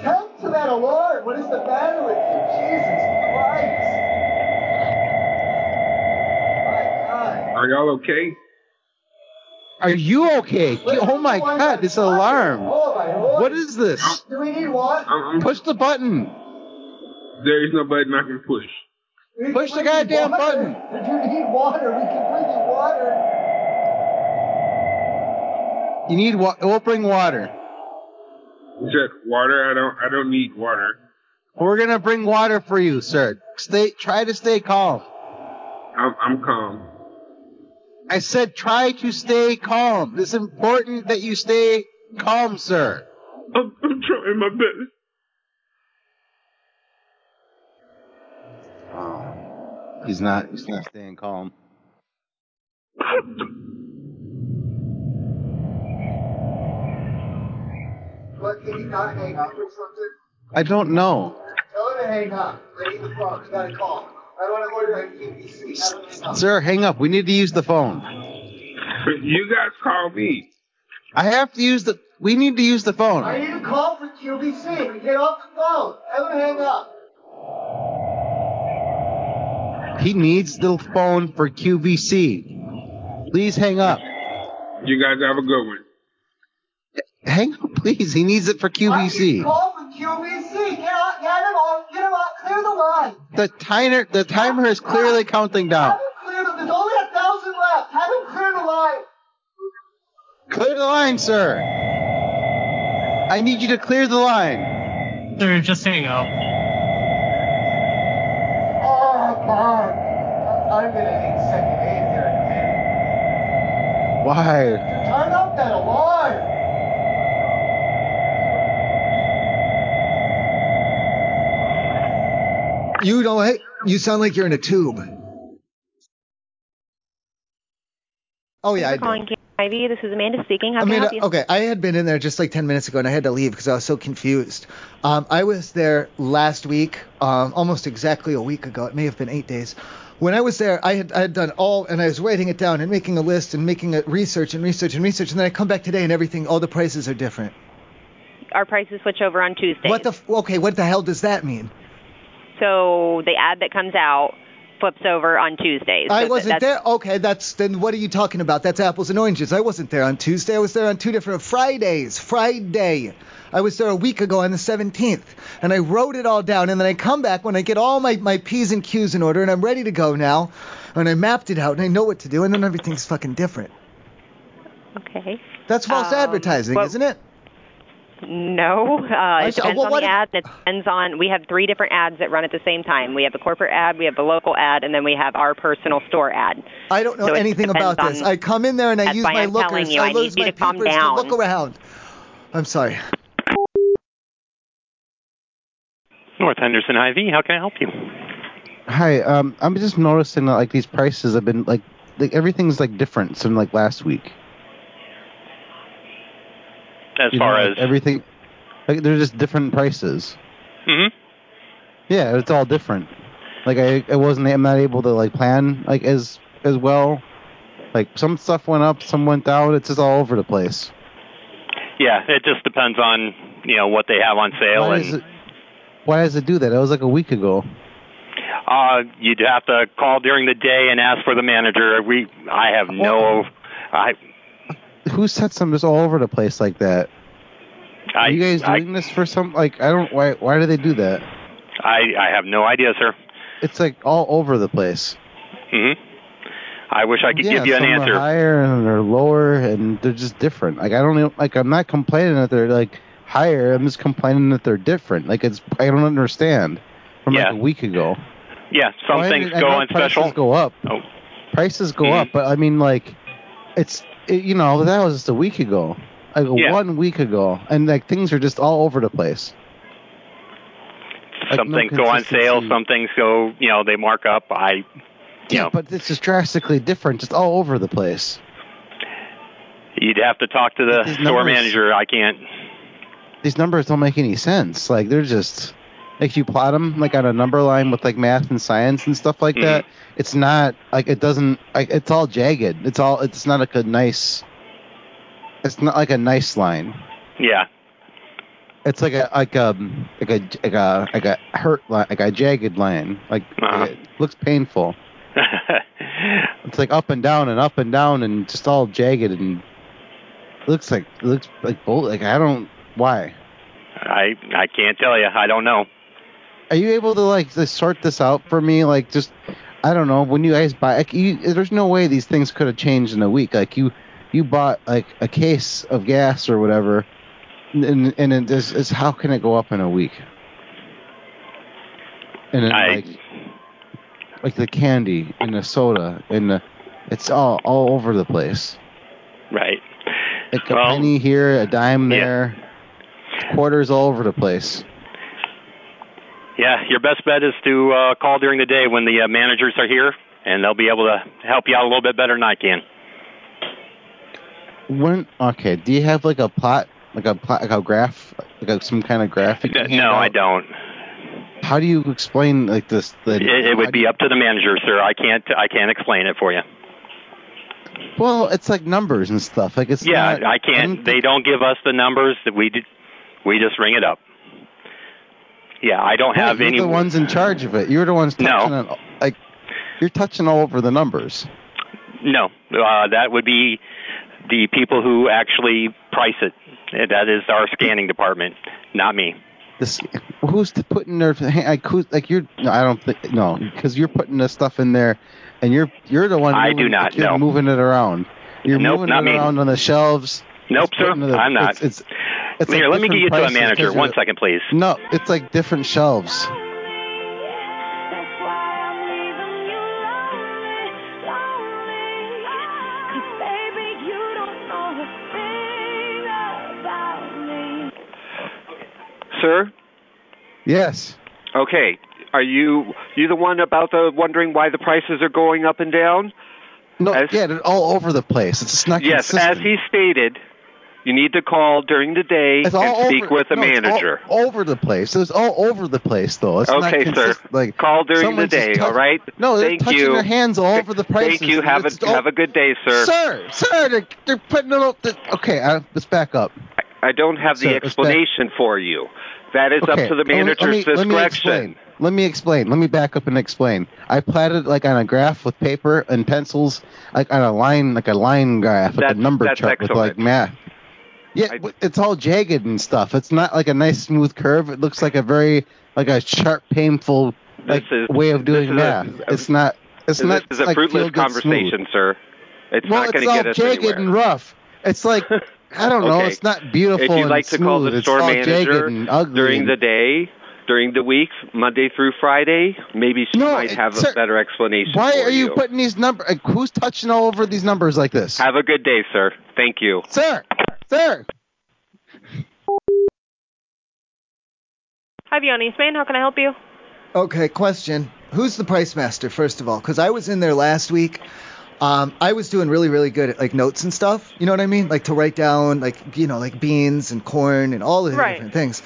Tell to that alarm. What is the matter with you? Jesus Christ. Are y'all okay? Are you okay? Oh my God! This alarm. What is this? Do we need water? Push the button. There is no button I can push. Push the goddamn button. Did you need water? We can bring you water. You need wa- we'll bring water. Just water. I don't. I don't need water. We're gonna bring water for you, sir. Stay. Try to stay calm. I'm, I'm calm. I said try to stay calm. It's important that you stay calm, sir. I'm, I'm trying my best. Oh, He's not. He's not staying calm. What, did he not hang up or something? I don't know, Tell him to hang up. I need the phone. I got a call. I want to order an EBC. Have him hang up. sir. Hang up. We need to use the phone. You guys call me. I have to use the. We need to use the I phone. need a call for QBC. We get off the phone. Have him hang up. He needs the phone for QVC. Please hang up. You guys have a good one. Hang up, please. He needs it for I need a QVC. call for QBC. Get out. Get him off. Get him off. Clear the line. The timer. The timer is clearly counting down. Clear the. There's only a thousand left. Have him clear the line. Clear the line, sir. I need you to clear the line. Sir, just hang up. Oh, God. I'm going to need second aid here in a minute. Why? Turn up that alarm. You know what? You sound like you're in a tube. Oh Thank yeah, you I for do. calling Camp Ivy. This is Amanda speaking. How I can mean, I help you? okay, I had been in there just like 10 minutes ago and I had to leave because I was so confused. Um, I was there last week, um, almost exactly a week ago. It may have been eight days. When I was there, I had, I had done all and I was writing it down and making a list and making a research and research and research. And then I come back today and everything, all the prices are different. our prices switch over on Tuesday. What the? f- Okay, what the hell does that mean? So the ad that comes out flips over on Tuesdays. I So wasn't that's- there. Okay, that's then. What are you talking about? That's apples and oranges. I wasn't there on Tuesday. I was there on two different Fridays. Friday. I was there a week ago on the 17th, and I wrote it all down. And then I come back when I get all my my p's and q's in order, and I'm ready to go now. And I mapped it out, and I know what to do, and then everything's fucking different. Okay. That's false Um, advertising, what- isn't it? No, uh, it see. depends Well, on what the if- ad. It depends on. We have three different ads that run at the same time. We have the corporate ad, we have the local ad, and then we have our personal store ad. I don't know So it anything about depends this. on- I come in there and I That's use why my I'm telling lookers. you, I I need lose you my to calm papers down. to look around. I'm sorry. North Henderson IV. How can I help you? Hi, um, I'm just noticing that like these prices have been like like everything's like different from like last week. As You know, far like, as everything, like they're just different prices. Mhm. Mm-hmm. Yeah, it's all different. Like I, I wasn't, I'm not able to like plan like as as well. Like some stuff went up, some went down. It's just all over the place. yeah, it just depends on you know what they have on sale, Why and does it, why does it do that? That was like a week ago. uh, you'd have to call during the day and ask for the manager. We I have no. I Who sets them just all over the place like that? I Are you guys I, doing this for some? Like I don't. Why why do they do that? I I have no idea, sir. It's like all over the place. Mm-hmm. Mhm. I wish I could yeah, give you an some uh, answer. Are higher and they're lower, and they're just different. Like I don't know- like. I'm not complaining that they're like higher. I'm just complaining that they're different. Like it's I don't understand. From like a week ago. Yeah, some Why things did- I go know on special. Prices go up. Oh. Mm-hmm. Prices go up, but I mean like, it's it, you know that was just a week ago. Like Yeah. one week ago, and like things are just all over the place. some things go on sale. Some things go, you know, they mark up. I, Yeah, but it's just drastically different. Just all over the place. you'd have to talk to the these store numbers- manager. I can't. these numbers don't make any sense. Like they're just like if you plot them like on a number line with like math and science and stuff like that. It's not like it doesn't like it's all jagged. It's all it's not like a nice. It's not like a nice line. Yeah, It's like a like a like a like a like a hurt line, like a jagged line. Like it looks painful. It's like up and down and up and down and just all jagged and looks like looks like bold. Like I don't why. I I can't tell you. I don't know. Are you able to like to sort this out for me? Like just I don't know when you guys buy. Like, you, there's no way these things could have changed in a week. Like you you bought like a case of gas or whatever, and and it is, is how can it go up in a week? And then I- like like the candy and the soda and the it's all all over the place. Right. Like a penny here, a dime there, quarters all over the place. Yeah, your best bet is to uh, call during the day when the uh, managers are here, and they'll be able to help you out a little bit better than I can. When okay, do you have like a plot, like a plot, like a graph, like a, some kind of graphic? No, I don't. How do you explain like this? The, It, it would be up to the manager, sir. I can't I can't explain it for you. well, it's like numbers and stuff. Like it's Yeah, not- I Mm-hmm. can't. They don't give us the numbers that we did. We just ring it up. Yeah, I don't have you're any. the ones in charge of it. You're the ones touching on, like you're touching all over the numbers. No, uh, that would be the people who actually price it. That is our scanning department, not me. This who's t- putting their like who's like you're no, I don't think no because you're putting this stuff in there, and you're you're the one. I moving- do not, like, You're no. moving it around. You're Nope, moving not it me. around on the shelves. Nope, It's sir. putting the- I'm not. It's, it's, it's Here, like let me get different you to a prices 'cause manager. you're- One second, please. No, it's like different shelves. Sir, Yes. Okay. Are you you the one about the wondering why the prices are going up and down? No, yeah, they're all over the place. It's just not yes, consistent. as he stated, you need to call during the day It's all and speak over, with the no, it's all manager. over the place. It's all over the place, though. It's not okay, sir. consistent. Like call during the someone's just day. touch- all right. No, they're Thank touching you. their hands all over the prices. Thank you. Have a It's all- have a good day, sir. Sir, sir, they're, they're putting it up. The, okay, I, uh, let's back up. I don't have So, the it's back- explanation for you. That is up Okay, to the let me- manager's let me, let me discretion. explain. Let me explain. Let me back up and explain. I platted like on a graph with paper and pencils, like on a line, like a line graph, like a number that's chart with like math. Yeah, w- it's all jagged and stuff. It's not like a nice smooth curve. It looks like a very like a sharp, painful like, is- way of doing is a- math. it's not. It's this not. is a like, fruitless feel good smooth. conversation, sir. It's Well, not it's going to all get us jagged anywhere. and rough. It's like I don't know. Okay. It's not beautiful. If you'd and like to call smooth. the It's store all jagged manager and ugly during and- the day, during the week, Monday through Friday, maybe she might have sir, a better explanation. Why for are you putting these numbers? Like, who's touching all over these numbers like this? Have a good day, sir. Thank you. Sir, sir. Hi, Vioni. Spain, how can I help you? Okay, question. Who's the price master, first of all? Because I was in there last week. Um, I was doing really, really good at like notes and stuff. You know what I mean? Like to write down like you know like beans and corn and all of the Right. different things.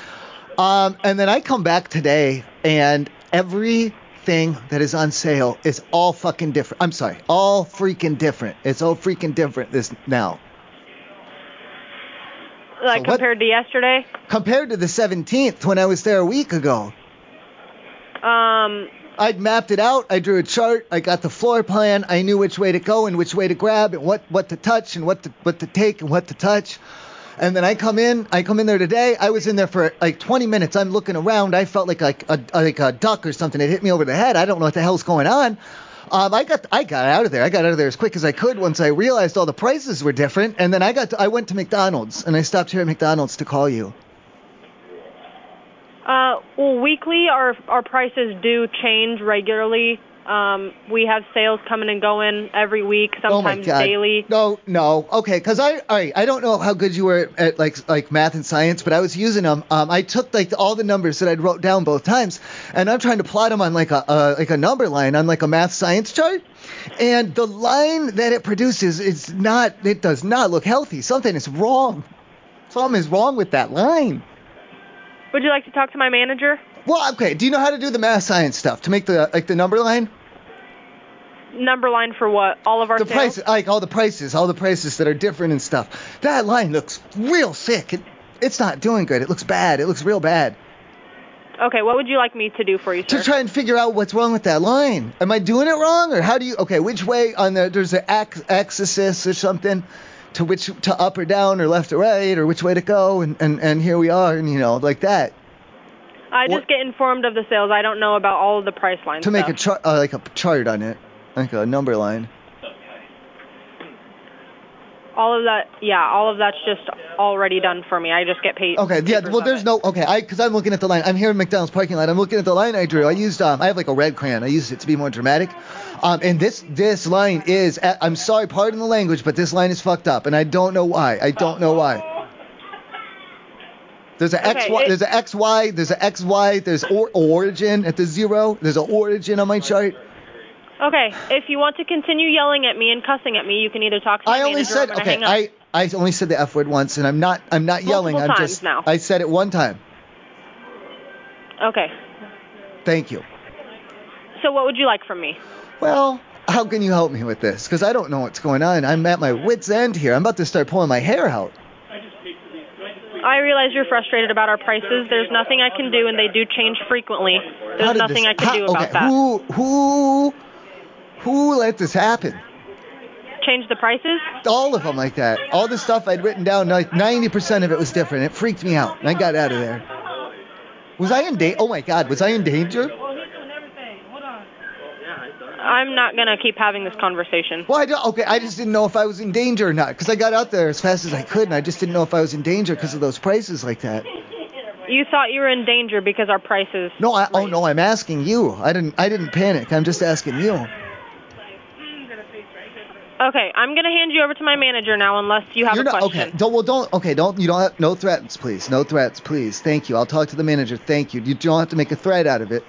Um, and then I come back today and everything that is on sale is all fucking different. I'm sorry, all freaking different. It's all freaking different this now. Like what- compared to yesterday, Compared to the 17th when I was there a week ago, um, I'd mapped it out. I drew a chart. I got the floor plan. I knew which way to go and which way to grab and what, what to touch and what to, what to take and what to touch. And then I come in. I come in there today. I was in there for like 20 minutes. I'm looking around. I felt like like a like a duck or something. It hit me over the head. I don't know what the hell's going on. Um, I got I got out of there. I got out of there as quick as I could once I realized all the prices were different. And then I got to, I went to McDonald's and I stopped here at McDonald's to call you. uh, well, weekly our our prices do change regularly. Um, we have sales coming and going every week, sometimes Oh God. daily. No, no. Okay, because I, all right, I don't know how good you were at like like math and science, but I was using them. Um, I took like all the numbers that I'd wrote down both times, and I'm trying to plot them on like a uh, like a number line on like a math science chart. And the line that it produces is not. It does not look healthy. Something is wrong. Something is wrong with that line. Would you like to talk to my manager? Well, okay. Do you know how to do the math science stuff to make the like the number line? Number line for what? All of our the sales. price, like all the prices, all the prices that are different and stuff. That line looks real sick. It, it's not doing good. It looks bad. It looks real bad. Okay, what would you like me to do for you, sir? To try and figure out what's wrong with that line. Am I doing it wrong, or how do you? Okay, which way on the there's an ax, axis or something, to which to up or down or left or right or which way to go, and and and here we are, and you know like that. I just get informed of the sales. I don't know about all of the price lines. To make a chart, uh, like a chart on it, like a number line. all of that, yeah, all of that's just already done for me. I just get paid. Okay, yeah. papers Well, of there's it. no okay. I because I'm looking at the line. I'm here in McDonald's parking lot. I'm looking at the line I drew. I used um, I have like a red crayon. I used it to be more dramatic. Um, and this this line is a- I'm sorry, pardon the language, but this line is fucked up, and I don't know why. I don't know why. There's a X Okay, Y. it- There's a X Y. There's a X Y. There's or, origin at the zero. There's an origin on my chart. Okay, if you want to continue yelling at me and cussing at me, you can either talk to my I only manager said or I'm gonna okay. hang up. I I only said the F word once, and I'm not I'm not yelling. Multiple I'm times just now. I said it one time. okay, Thank you. so what would you like from me? Well, how can you help me with this? Because I don't know what's going on. I'm at my wits' end here. I'm about to start pulling my hair out. I realize you're frustrated about our prices. There's nothing I can do, and they do change frequently. How There's did nothing this- I can how- do about okay, that. Who, who, who let this happen? Change the prices? All of them like that. All the stuff I'd written down, like 90% of it was different. It freaked me out, and I got out of there. Was I in danger? Oh my God, was I in danger? I'm not gonna keep having this conversation. Well, I don't. Okay, I just didn't know if I was in danger or not because I got out there as fast as I could, and I just didn't know if I was in danger because of those prices like that. You thought you were in danger because our prices. No, I, oh no, I'm asking you. I didn't. I didn't panic. I'm just asking you. Okay, I'm gonna hand you over to my manager now, unless you have You're a not question. okay. Don't well don't okay, don't you don't have no threats, please. No threats, please. Thank you. I'll talk to the manager. Thank you. You don't have to make a threat out of it.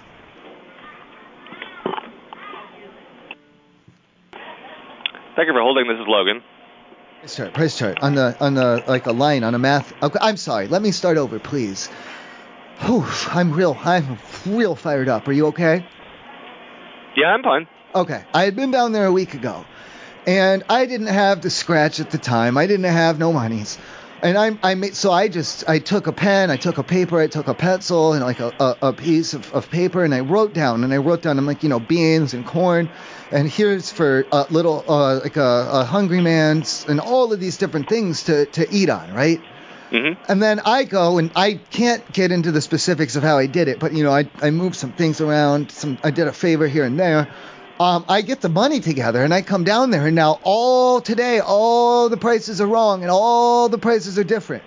Thank you for holding. This is Logan. Price chart, price chart. On the on the like a line on a math okay, I'm sorry, let me start over, please. Whew, I'm real I'm real fired up. Are you okay? Yeah, I'm fine. Okay. I had been down there a week ago, and I didn't have the scratch at the time. I didn't have no monies. And I'm, I made, so I just, I took a pen, I took a paper, I took a pencil and like a, a, a piece of, of paper and I wrote down and I wrote down, I'm like, you know, beans and corn. And here's for a little, uh, like a, a hungry man's and all of these different things to, to eat on, right? Mm-hmm. And then I go and I can't get into the specifics of how I did it, but you know, I, I moved some things around, some I did a favor here and there. Um, I get the money together and I come down there and now all today all the prices are wrong and all the prices are different.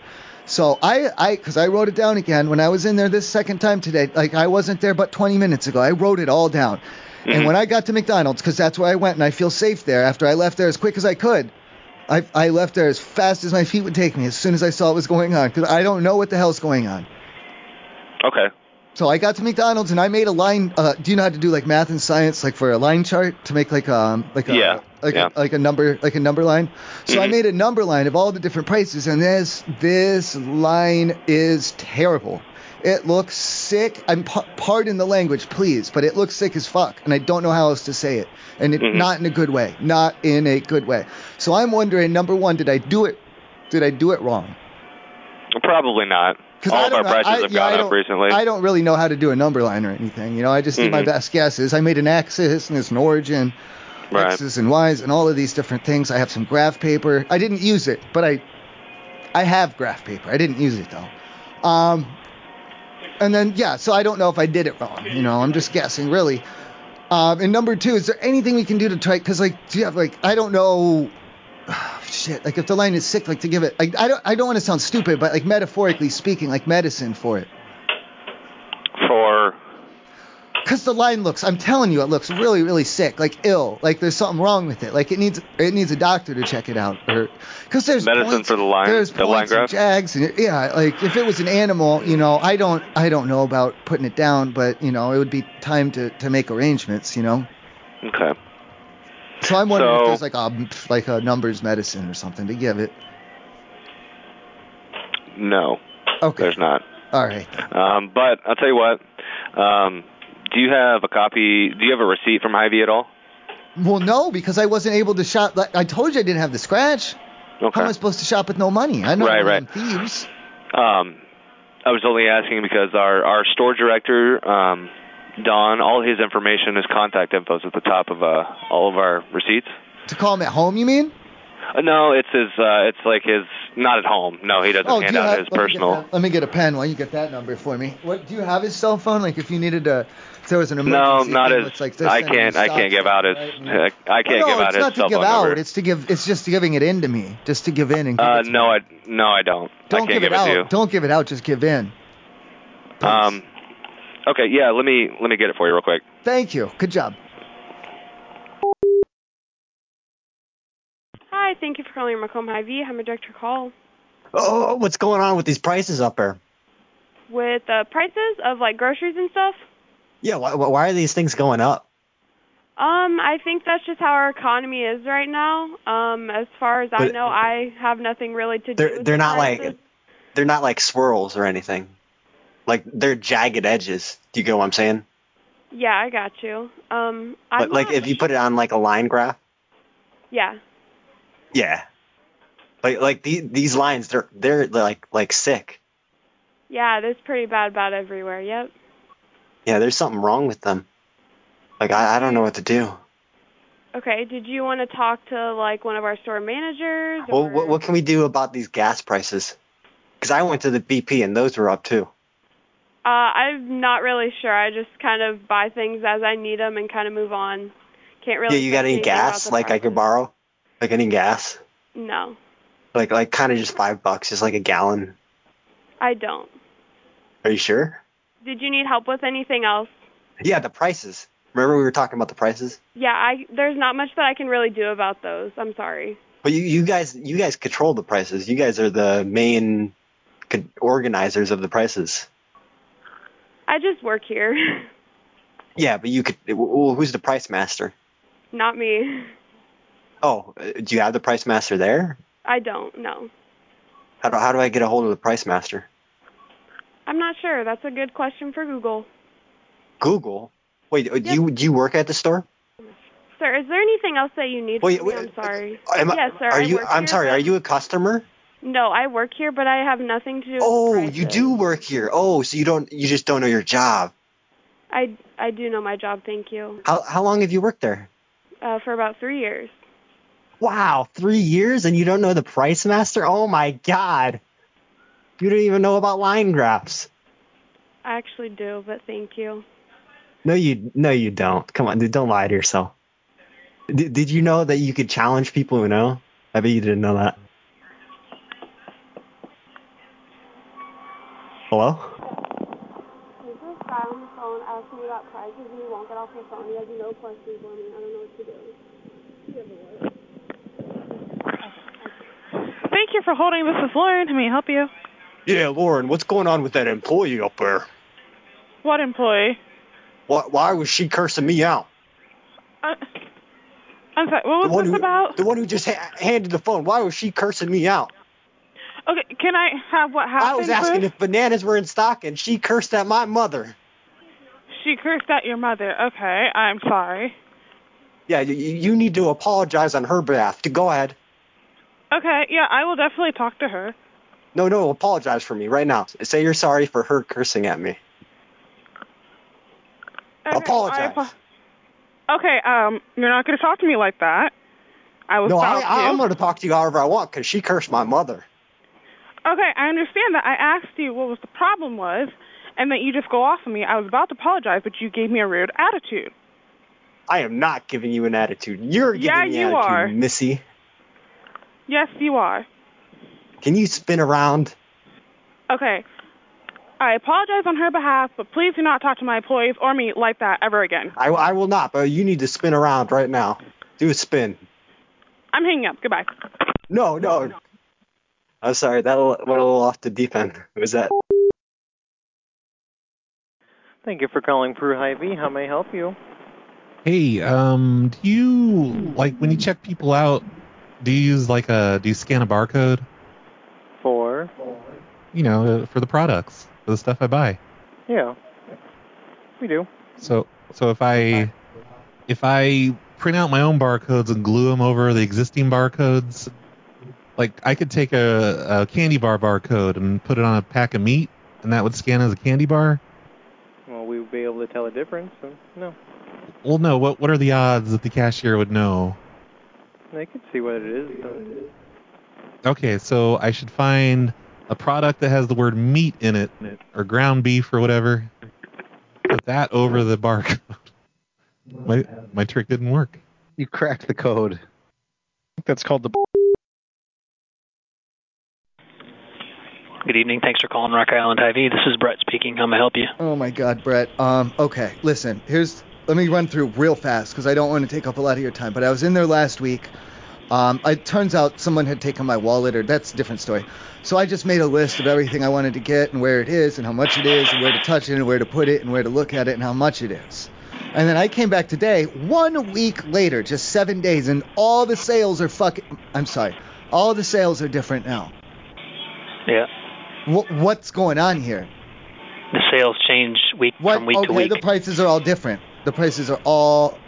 So I I cuz I wrote it down again when I was in there this second time today, like I wasn't there but 20 minutes ago. I wrote it all down. And when I got to McDonald's cuz that's where I went and I feel safe there after I left there as quick as I could. I, I left there as fast as my feet would take me as soon as I saw what was going on because I don't know what the hell's going on. Okay. So I got to McDonald's and I made a line. Uh, do you know how to do like math and science, like for a line chart to make like um like a Yeah, like yeah. Mm-hmm. a, like a number like a number line? So I made a number line of all the different prices, and this this line is terrible. It looks sick. I'm pa- pardon the language, please, but it looks sick as fuck, and I don't know how else to say it, and it, Mhm. not in a good way, not in a good way. So I'm wondering, number one, did I do it? Did I do it wrong? Probably not. 'Cause All I of our don't know- prices I- have yeah, gone I up don't- recently. I don't really know how to do a number line or anything. You know, I just did my Mhm. best guesses. I made an axis and there's an origin, Right. x's and y's, and all of these different things. I have some graph paper. I didn't use it, but I, I have graph paper. I didn't use it though. Um, and then yeah, so I don't know if I did it wrong. You know, I'm just guessing really. Um, and number two, is there anything we can do to try? Because like, do you have like, I don't know shit like if the line is sick like to give it like, i don't i don't want to sound stupid but like metaphorically speaking like medicine for it For because the line looks i'm telling you it looks really really sick like ill like there's something wrong with it like it needs it needs a doctor to check it out or because there's medicine points, for the line, there's the line points and graph. jags and yeah like if it was an animal you know i don't i don't know about putting it down but you know it would be time to to make arrangements you know Okay. so i'm wondering So- if there's like a like a numbers medicine or something to give it No. Okay. There's not. all right Um, but I'll tell you what. Um, do you have a copy? Do you have a receipt from Hy-Vee at all? Well, no, because I wasn't able to shop. Like, I told you I didn't have the scratch. Okay. How am I supposed to shop with no money? I know Right, I'm right. thieves. Um, I was only asking because our our store director, um, Don, all his information, his contact info is at the top of uh, all of our receipts. To call him at home, you mean? Uh, no, it's his. Uh, it's like his not at home. No, he doesn't Oh, do hand you out have- his let me get personal. that- Let me get a pen while you get that number for me. What do you have his cell phone? Like if you needed to, if there was an No, emergency. not thing, as it's like they're I sending can't. you I stocks. can't give out his. I can't no, give out it's his not cell to give phone out. number. It's to give. It's just giving it in to me, just to give in and. Give Uh, it to no, I no, I don't. Don't I can't give, it out. to you. Don't give it out. Just give in. Um, okay, yeah. Let me let me get it for you real quick. Thank you. Good job. Hi, thank you for calling Macomb High V. I'm a director call Oh, what's going on with these prices up there? with uh, prices of like groceries and stuff. Yeah, why, why are these things going up? Um, I think that's just how our economy is right now. Um, as far as I But- know, I have nothing really to do. They're With they're the not prices. like they're not like swirls or anything. Like they're jagged edges. Do you get what I'm saying? Yeah, I got you. Um, I'm But like not- if you put it on like a line graph, yeah. yeah. Like like the, these lines they're they're like like sick. Yeah, that's pretty bad about everywhere. Yep. Yeah, there's something wrong with them. Like I, I don't know what to do. Okay. Did you want to talk to like one of our store managers? Well, what, what can we do about these gas prices? Because I went to the BP and those were up too. Uh, I'm not really sure. I just kind of buy things as I need them and kind of move on. Can't really. yeah, you got touch any anything about gas the like I could borrow? Like any gas? price. No, Like like kind of just five bucks, just like a gallon. I don't. Are you sure? Did you need help with anything else? Yeah, the prices. Remember we were talking about the prices? Yeah, I there's not much that I can really do about those. I'm sorry. But you, you guys you guys control the prices. You guys are the main con- organizers of the prices. I just work here. Yeah, but you could. Well, who's the price master? not me. Oh, uh, do you have the price master there? I don't know. How do, how do I get a hold of the price master? I'm not sure. That's a good question for Google. Google. Wait, uh, do you do you work at the store? Sir, is there anything else that you need Wait, from wait, me? I'm sorry. uh, Am I- yes, sir. Are I you? work I'm here. sorry. Are you a customer? No, I work here, but I have nothing to do. Oh, with the you prices. do work here. Oh, so you don't you just don't know your job. I I do know my job. Thank you. How how long have you worked there? Uh, for about three years. Wow, 3 years and you don't know the price master? Oh my god. You don't even know about line graphs. I actually do, but thank you. No you no you don't. Come on, dude, don't lie to yourself. Did, did you know that you could challenge people who know? I bet you didn't know that. Hello? There's this guy on the phone asking me about prices, and he won't get off the phone. He has no questions for me. I don't know what to do. Thank you for holding. This is Lauren. May I help you? Yeah, Lauren, what's going on with that employee up there? What employee? Why, why was she cursing me out? Uh, I'm sorry. What was this who, about? The one who just ha- handed the phone. Why was she cursing me out? Okay, can I have what happened? I was asking first? if bananas were in stock and she cursed at my mother. She cursed at your mother. Okay, I'm sorry. Yeah, you, you need to apologize on her behalf. To go ahead. Okay, yeah, I will definitely talk to her. No, no, apologize for me right now. Say you're sorry for her cursing at me. Okay, Apologize. I apo- okay, um, you're not gonna talk to me like that. I will no, I, stop you. I, I'm going to talk to you however I want because she cursed my mother. Okay, I understand that. I asked you what was the problem was, and that you just go off on me. I was about to apologize, but you gave me a rude attitude. I am not giving you an attitude. You're giving Yeah, me you attitude, are. Missy. Yes, you are. Can you spin around? Okay. I apologize on her behalf, but please do not talk to my employees or me like that ever again. I, I will not, but you need to spin around right now. Do a spin. I'm hanging up. Goodbye. No, no. I'm sorry, that went a little off the deep end. Was that? Thank you for calling Brew Hy-Vee. How may I help you? Hey, um, do you like when you check people out? Do you use like a do you scan a barcode? For? You know, uh, for the products, for the stuff I buy. Yeah. We do. So so if I if I print out my own barcodes and glue them over the existing barcodes, like I could take a, a candy bar barcode and put it on a pack of meat, and that would scan as a candy bar. Well, we would be able to tell a difference. And no, Well, no. What what are the odds that the cashier would know? they could see what it is. though. Okay, so I should find a product that has the word meat in it, or ground beef or whatever. Put that over the barcode. My my trick didn't work. You cracked the code. That's called the. Good evening. Thanks for calling Rock Island IV. This is Brett speaking. How may I help you? Oh my God, Brett. Um, okay, listen. Here's let me run through real fast because I don't want to take up a lot of your time. But I was in there last week. Um, it turns out someone had taken my wallet, or that's a different story. So I just made a list of everything I wanted to get and where it is and how much it is and where to touch it and where to put it and where to look at it and how much it is. And then I came back today, one week later, just seven days, and all the sales are fucking. I'm sorry, all the sales are different now. Yeah. Wh- what's going on here? The sales change week from week okay, to week. the prices are all different. The prices are all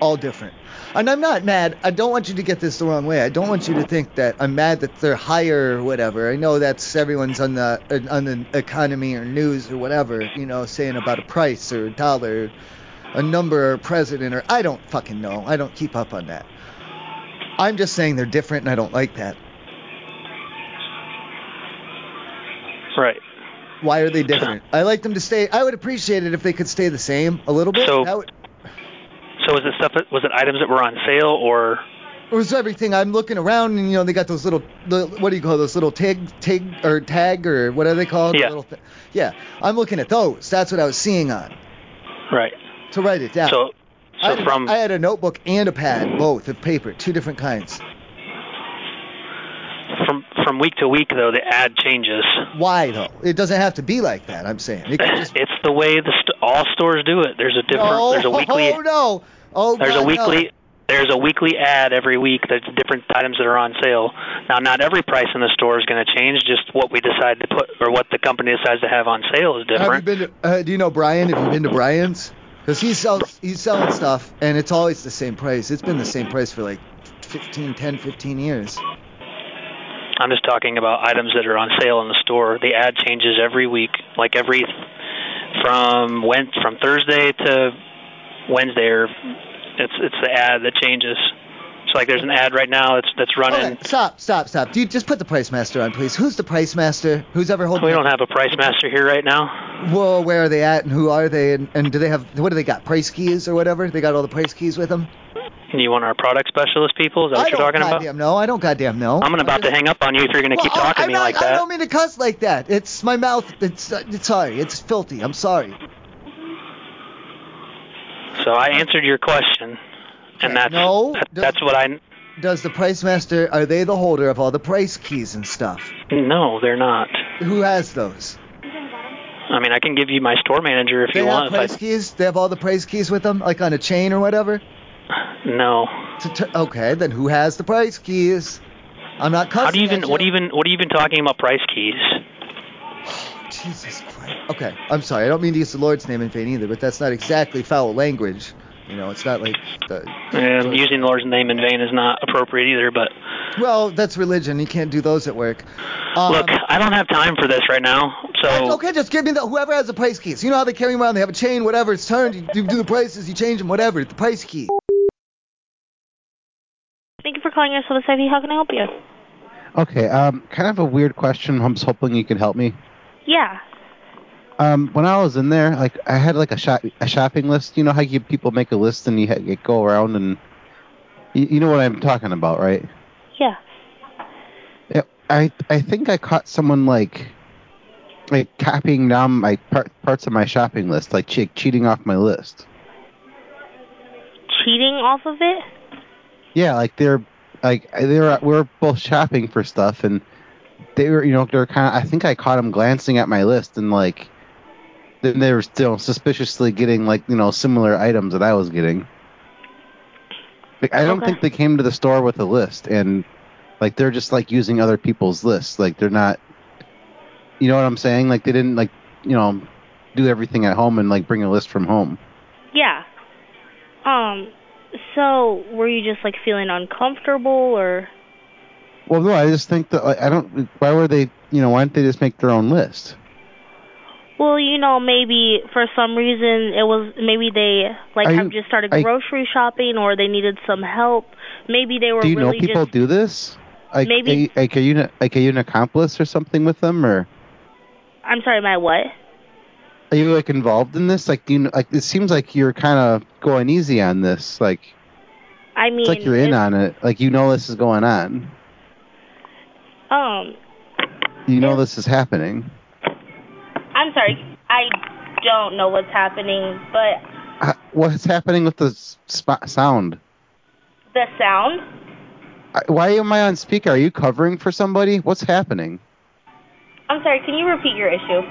all different. And I'm not mad. I don't want you to get this the wrong way. I don't want you to think that I'm mad that they're higher or whatever. I know that's everyone's on the uh, on the economy or news or whatever, you know, saying about a price or a dollar, a number or a president or I don't fucking know. I don't keep up on that. I'm just saying they're different and I don't like that. Right. Why are they different? I like them to stay. I would appreciate it if they could stay the same a little bit. So- That would- So was it stuff that was it items that were on sale or it was everything. I'm looking around, and you know they got those little, the, what do you call those little tag, tag or tag or what are they called? The Yeah. little thi- yeah. I'm looking at those. That's what I was seeing on. right? To write it down. So I, so had a- from I had a notebook and a pad, both of paper, two different kinds. from from week to week though the ad changes. Why though? It doesn't have to be like that. I'm saying. It could just, it's the way the st- all stores do it. There's a different. no, there's a weekly. Oh no. Oh there's God, a weekly. No. There's a weekly ad every week. There's different items that are on sale. Now, not every price in the store is going to change. Just what we decide to put or what the company decides to have on sale is Have you different. been? To, uh, do you know Brian? Have you been to Brian's? Because he sells, he's selling stuff, and it's always the same price. It's been the same price for like 15, 10, 15 years. I'm just talking about items that are on sale in the store. The ad changes every week, like every from when from Thursday to Wednesday, or it's it's the ad that changes. So like there's an ad right now that's that's running. Okay, stop, stop, stop. Do you just put the price master on, please? Who's the price master? Who's ever holding? We don't have a price master here right now. Well, where are they at, and who are they, and, and do they have what do they got? Price keys or whatever? They got all the price keys with them. And you want our product specialist people? Is that I what you're don't talking about? goddamn know. I don't goddamn know. I'm about to hang up on you if you're going to keep talking to me like I that. don't mean to cuss like that. It's my mouth. It's, uh, it's sorry. It's filthy. I'm sorry. So I answered your question, and that's that- that's what I. Does the price master are they the holder of all the price keys and stuff? No, they're not. Who has those? I mean, I can give you my store manager if they you have want. price If keys. They have all the price keys with them, like on a chain or whatever. No. To t- okay, then who has the price keys? I'm not I, cussing. how do you even? at What do you even? What are you even talking about? Price keys? Jesus Christ. Okay, I'm sorry. I don't mean to use the Lord's name in vain either, but that's not exactly foul language. You know, it's not like. The, And using the Lord's name in vain is not appropriate either. But well, that's religion. You can't do those at work. Um, look, I don't have time for this right now. So Okay, just give me the whoever has the price keys. You know how they carry them around? They have a chain, whatever. It's turned. You, you do the prices, you change them, whatever. The price key. Thank you for calling yourself a How can I help you? Okay, um, kind of a weird question. I'm just hoping you could help me. Yeah. Um, when I was in there, like I had like a shop a shopping list. You know how you people make a list and you, ha- you go around and you, you know what I'm talking about, right? Yeah. Yeah, I I think I caught someone like like copying down my par- parts of my shopping list, like che- cheating off my list. Cheating off of it? Yeah, like they're like they were we were both shopping for stuff and they were you know they were kind of I think I caught them glancing at my list and like then they were still suspiciously getting like you know similar items that I was getting. Like I don't Okay. think they came to the store with a list and like they're just like using other people's lists like they're not you know what I'm saying like they didn't like you know do everything at home and like bring a list from home. Yeah. Um, so were you just like feeling uncomfortable or? Well, no, I just think that like, I don't. Why were they? You know, why didn't they just make their own list? Well, you know, maybe for some reason it was maybe they like Are have you- just started I- grocery shopping or they needed some help. Maybe they were do you really know people just do this? Like, Maybe- are you- like are you an- like are you an accomplice or something with them, or I'm sorry, my what? are you like involved in this? Like, do you know, like it seems like you're kind of going easy on this. Like, I mean, it's like you're in on it. Like you know this is going on. um You know this is happening. I'm sorry. I don't know what's happening, but Uh, What's happening with the s- spot sound? the sound. I- Why am I on speaker? Are you covering for somebody? What's happening? I'm sorry. Can you repeat your issue?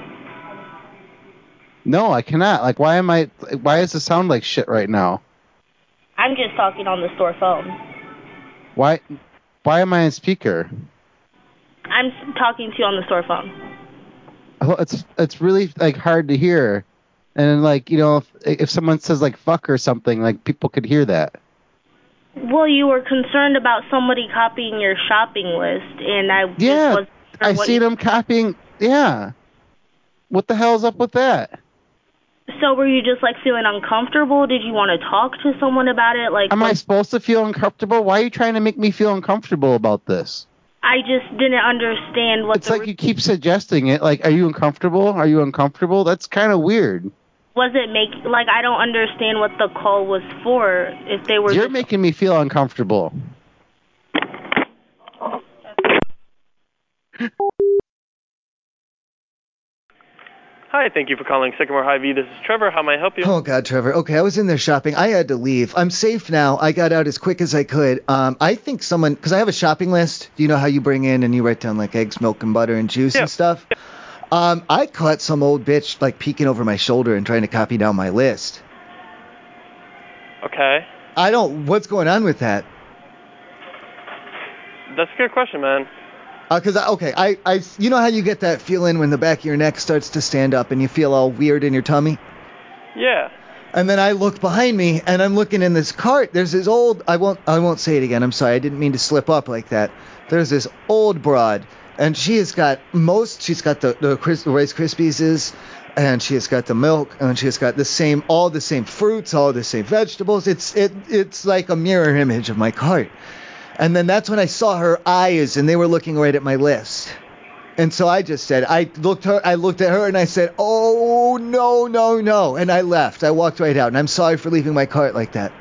No, I cannot. Like, why am I? Why is the sound like shit right now? I'm just talking on the store phone. Why? Why am I on speaker? I'm s- talking to you on the store phone. Oh, It's it's really like hard to hear, and like you know, if, if someone says like fuck or something, like people could hear that. Well, you were concerned about somebody copying your shopping list, and I Yeah, just was. I see them copying. Yeah, what the hell's up with that? So were you just like feeling uncomfortable? Did you want to talk to someone about it? Like Am I supposed to feel uncomfortable? Why are you trying to make me feel uncomfortable about this? I just didn't understand what It's the like you keep suggesting it. Like, are you uncomfortable? Are you uncomfortable? That's kind of weird. was it make like I don't understand what the call was for. If they were You're just, making me feel uncomfortable. Hi, thank you for calling Sycamore High V. This is Trevor. How may I help you? Oh God, Trevor. Okay, I was in there shopping. I had to leave. I'm safe now. I got out as quick as I could. Um, I think someone because I have a shopping list. You know how you bring in and you write down like eggs, milk, and butter and juice and stuff. Um, I caught some old bitch like peeking over my shoulder and trying to copy down my list. Okay. I don't. What's going on with that? That's a good question, man. Because Uh, I okay, I, I you know how you get that feeling when the back of your neck starts to stand up and you feel all weird in your tummy. Yeah. And then I look behind me and I'm looking in this cart. There's this old I won't I won't say it again. I'm sorry. I didn't mean to slip up like that. there's this old broad, and she has got most. She's got the the Cris- Rice Krispies is, and she has got the milk, and she has got the same all the same fruits, all the same vegetables. It's it it's like a mirror image of my cart. And then that's when I saw her eyes, and they were looking right at my list. And so I just said, I looked her, I looked at her, and I said, "Oh no, no, no!" And I left. I walked right out, and I'm sorry for leaving my cart like that.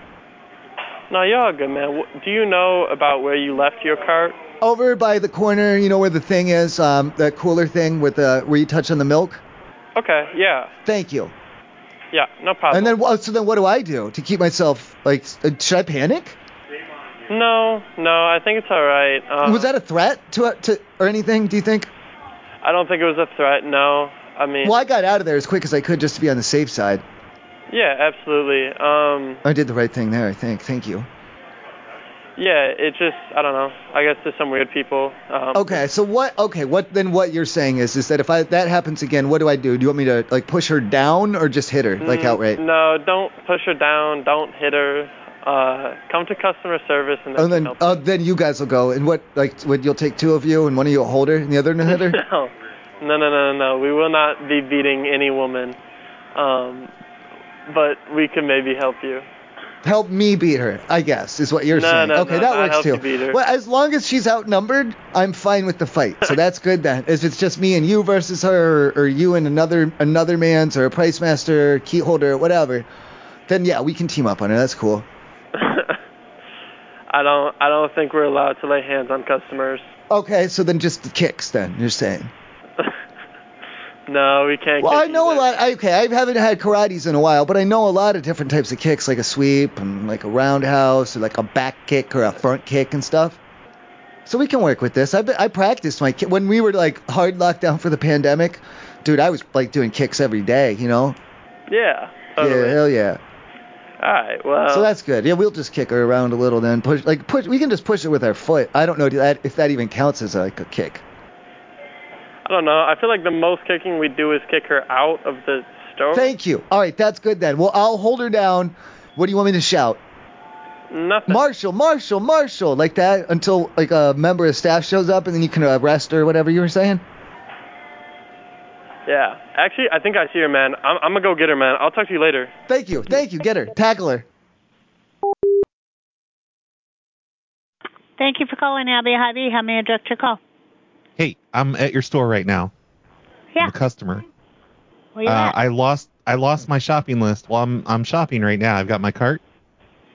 No, you're good, man. Wh- Do you know about where you left your cart? Over by the corner, you know where the thing is, um, the cooler thing with the where you touch on the milk. Okay, yeah, Thank you. yeah, no problem. And then, wha- so then, what do I do to keep myself like? s- uh, Should I panic? No, no, I think it's all right. Um, Was that a threat to uh, to or anything? Do you think? I don't think it was a threat. No, I mean, Well, I got out of there as quick as I could just to be on the safe side. yeah, absolutely. Um, I did the right thing there, I think. Thank you. yeah, it just, I don't know. I guess there's some weird people. Um, Okay, so what? Okay, what then? What you're saying is, is that if I that happens again, what do I do? Do you want me to like push her down or just hit her like mm, outright? No, don't push her down. Don't hit her. Uh, come to customer service and And then, uh, then you guys will go, and what like what you'll take two of you, and one of you will hold her, and the other will hit her. no, no, no, no, no. We will not be beating any woman. Um, but we can maybe help you. Help me beat her, I guess, is what you're No, saying. no, okay, no, that not works help too. you beat her. Well, as long as she's outnumbered, I'm fine with the fight. So that's good then. If it's just me and you versus her, or, or you and another another man's, or a price master, key holder, whatever, then yeah, we can team up on her. That's cool. I don't. I don't think we're allowed to lay hands on customers. Okay, so then just the kicks then. You're saying. No, we can't. Well, get I know a lot. I, okay, I haven't had karates in a while, but I know a lot of different types of kicks, like a sweep and like a roundhouse, or like a back kick or a front kick and stuff. So we can work with this. I be- I practiced my kick when we were like hard locked down for the pandemic. Dude, I was like doing kicks every day, you know? Yeah. Yeah, hell yeah. All right. Well. so that's good. Yeah, we'll just kick her around a little then. Push like push. We can just push it with our foot. I don't know if that, if that even counts as like a kick. I don't know. I feel like the most kicking we do is kick her out of the store. Thank you. All right, that's good then. Well, I'll hold her down. What do you want me to shout? Nothing. Marshall, Marshall, Marshall, like that until like a member of staff shows up and then you can arrest her, whatever you were saying. Yeah. Actually, I think I see her, man. I'm, I'm gonna go get her, man. I'll talk to you later. Thank you, thank you. Get her, tackle her. Thank you for calling Abby Hobby. How may I direct your call? Hey, I'm at your store right now. Yeah. I'm a customer. Where you uh, at? I lost I lost my shopping list. Well, I'm I'm shopping right now. I've got my cart.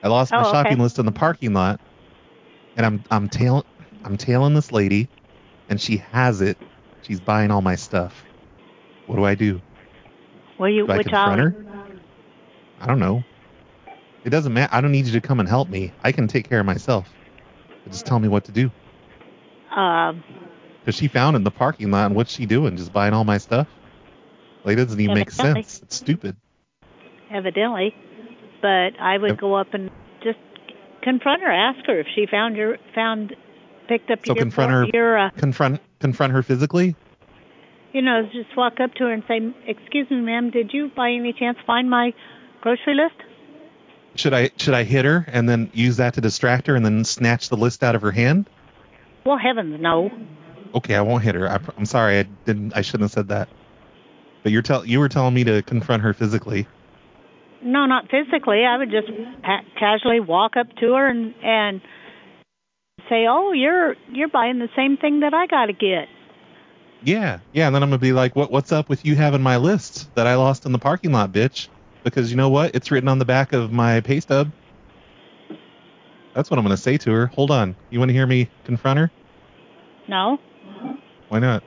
I lost Oh, my okay. shopping list in the parking lot, and I'm I'm tail I'm tailing this lady, and she has it. She's buying all my stuff. What do I do? Where you? Do I which confront hour? her? I don't know. It doesn't matter. I don't need you to come and help me. I can take care of myself. But just tell me what to do. Um, Because she found in the parking lot, and what's she doing? Just buying all my stuff? Like, it doesn't even make Evidently. sense. It's stupid. evidently, but I would Yep. go up and just confront her, ask her if she found your found picked up So your confront her, your uh, confront, confront her physically. you know just walk up to her and say, "Excuse me, ma'am, did you by any chance find my grocery list?" Should I, should I hit her and then use that to distract her and then snatch the list out of her hand? Well, heavens, no. Okay, I won't hit her. I, pr- I'm sorry, I didn't, I shouldn't have said that. But you're tell, you were telling me to confront her physically. No, not physically. I would just pa- casually walk up to her and and say, "Oh, you're you're buying the same thing that I got to get." Yeah, yeah, and then I'm gonna be like, what, what's up with you having my list that I lost in the parking lot, bitch? Because you know what? It's written on the back of my pay stub. That's what I'm gonna say to her. Hold on, you want to hear me confront her? No, Why not?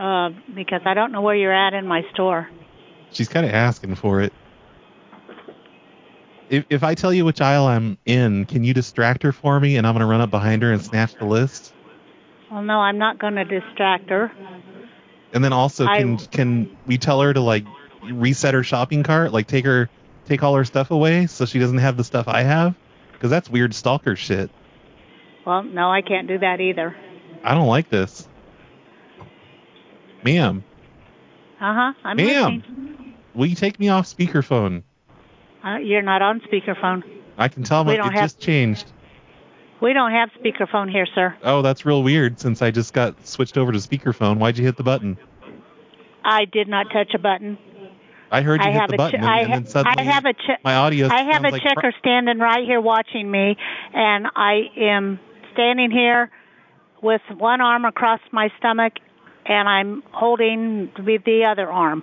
uh, because I don't know where you're at in my store. She's kind of asking for it. If, if I tell you which aisle I'm in, can you distract her for me? And I'm gonna run up behind her and snatch the list. Well, no, I'm not going to distract her. And then also, I- can can we tell her to like reset her shopping cart, like take her take all her stuff away, so she doesn't have the stuff I have? Because that's weird stalker shit. Well, no, I can't do that either. I don't like this, ma'am. Uh huh. I'm ma'am, listening. will you take me off speakerphone? Uh, you're not on speakerphone. I can tell We my it don't have- just changed. We don't have speakerphone here, sir. Oh, that's real weird since I just got switched over to speakerphone. Why'd you hit the button? I did not touch a button. I heard you I hit have the a button che- and, I and ha- then suddenly I have a che- my audio I have sounds a like checker crap. standing right here watching me, and I am standing here with one arm across my stomach, and I'm holding with the other arm.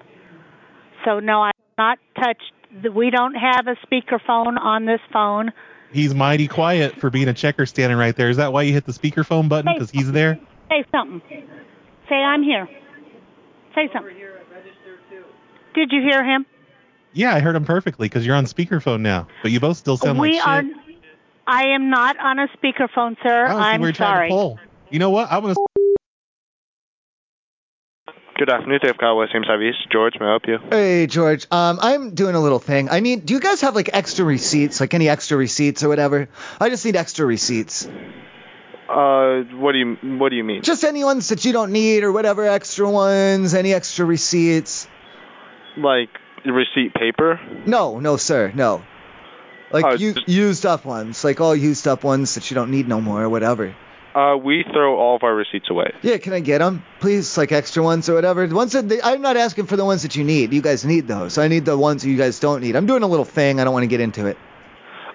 So no, I've not touched. the- We don't have a speakerphone on this phone. He's mighty quiet for being a checker standing right there. Is that why you hit the speakerphone button? Because he's there? Say something. Say I'm here. Say something. Did you hear him? Yeah, I heard him perfectly because you're on speakerphone now. But you both still sound we like shit. are. I am not on a speakerphone, sir. Oh, so I'm we're trying sorry. to pull. You know what? I'm going to. Good afternoon, Dave Kyle West, James East. George, may I help you? Hey George, um, I'm doing a little thing. I need. Do you guys have like extra receipts, like any extra receipts or whatever? I just need extra receipts. Uh, what do you What do you mean? Just any ones that you don't need or whatever extra ones. Any extra receipts? Like receipt paper? No, no sir, no. Like Uh, you used up ones, like all used up ones that you don't need no more or whatever. Uh, we throw all of our receipts away. Yeah, can I get them, please? Like extra ones or whatever. The ones that they, I'm not asking for the ones that you need. You guys need those. I need the ones that you guys don't need. I'm doing a little thing. I don't want to get into it.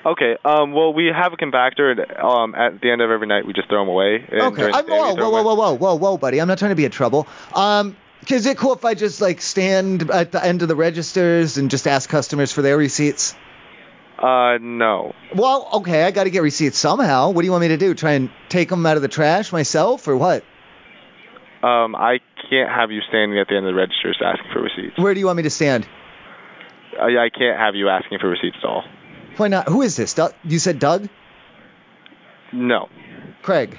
Okay. Um. Well, we have a compactor. And, um. At the end of every night, we just throw them away. And Okay. during the I'm, day, we whoa, throw whoa, 'em whoa, away. whoa, whoa, whoa, whoa, buddy. I'm not trying to be in trouble. Um, is it cool if I just like stand at the end of the registers and just ask customers for their receipts? Uh, no. Well, okay, I got to get receipts somehow. What do you want me to do? Try and take them out of the trash myself or what? Um, I can't have you standing at the end of the registers asking for receipts. Where do you want me to stand? I, I can't have you asking for receipts at all. Why not? Who is this? Doug? You said Doug? No. Craig.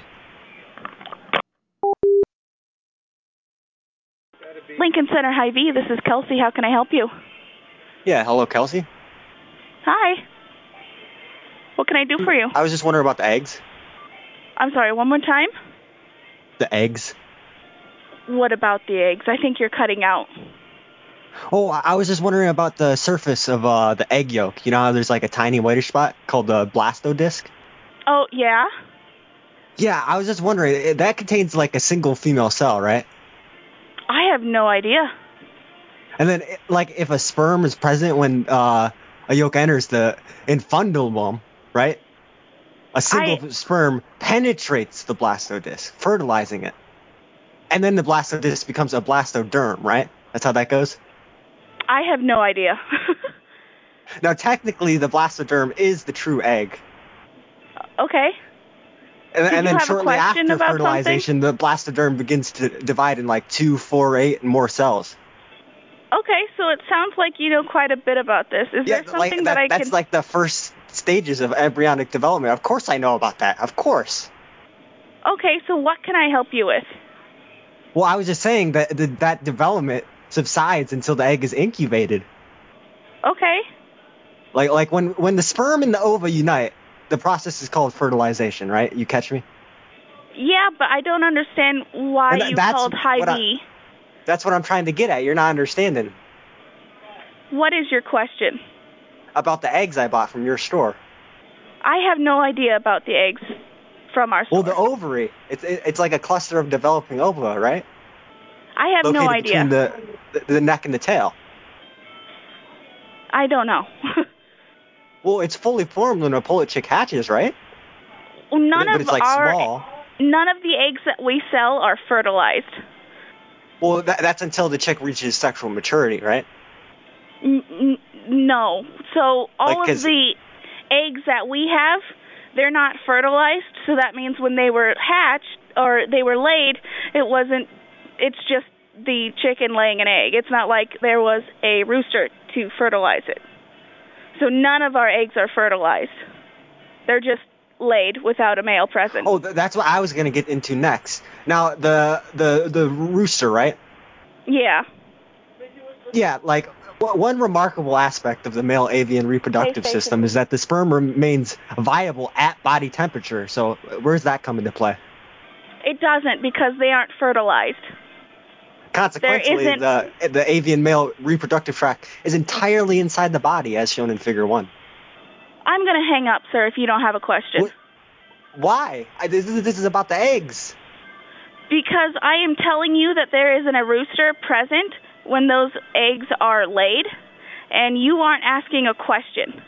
Lincoln Center Hy-Vee, this is Kelsey. How can I help you? Yeah, hello, Kelsey. Hi. What can I do for you? I was just wondering about the eggs. I'm sorry, one more time. The eggs. What about the eggs? I think you're cutting out. Oh, I I was just wondering about the surface of uh, the egg yolk. You know how there's like a tiny whitish spot called the blastodisc? Oh, yeah? Yeah, I was just wondering. eh, That contains like a single female cell, right? I have no idea. And then, eh, like, if a sperm is present when uh, a yolk enters the infundibulum, right? A single sperm penetrates the blastodisc, fertilizing it. And then the blastodisc becomes a blastoderm, right? That's how that goes. I have no idea. Now, technically, the blastoderm is the true egg. okay. And, Did and you then have a shortly question after about fertilization, the blastoderm begins to divide in like two, four, eight, and more cells. Okay, so it sounds like you know quite a bit about this. Is there something Like, that, I that's can like the first stages of embryonic development. Of course, I know about that. Of course. Okay, so what can I help you with? Well, I was just saying that that that development subsides until the egg is incubated. Okay. Like like when when the sperm and the ova unite, the process is called fertilization, right? You catch me? Yeah, but I don't understand why And tha- you that's called what I- Hy-Vee. That's what I'm trying to get at. You're not understanding What is your question? about the eggs I bought from your store. I have no idea about the eggs from our Well, the ovary, it's it, it's like a cluster of developing ova, right? I have Located no idea. between the, the the neck and the tail. I don't know. Well, it's fully formed when a pullet chick hatches, right? Well, none but of it's like our small. none of the eggs that we sell are fertilized. Well, that, that's until the chick reaches sexual maturity, right? N- n- no. So all Like, of 'cause- the eggs that we have, they're not fertilized. So that means when they were hatched or they were laid, it wasn't. It's just the chicken laying an egg. It's not like there was a rooster to fertilize it. So none of our eggs are fertilized. They're just laid without a male present. Oh, th- that's what I was gonna get into next. Now the the the rooster, right? yeah. Yeah, like w- one remarkable aspect of the male avian reproductive Hey, Stacy. system is that the sperm remains viable at body temperature. So where's that come into play? It doesn't because they aren't fertilized. Consequently, isn't- the the avian male reproductive tract is entirely inside the body, as shown in Figure One. I'm going to hang up, sir, if you don't have a question. Why? I, this, is, this is about the eggs. Because I am telling you that there isn't a rooster present when those eggs are laid, and you aren't asking a question.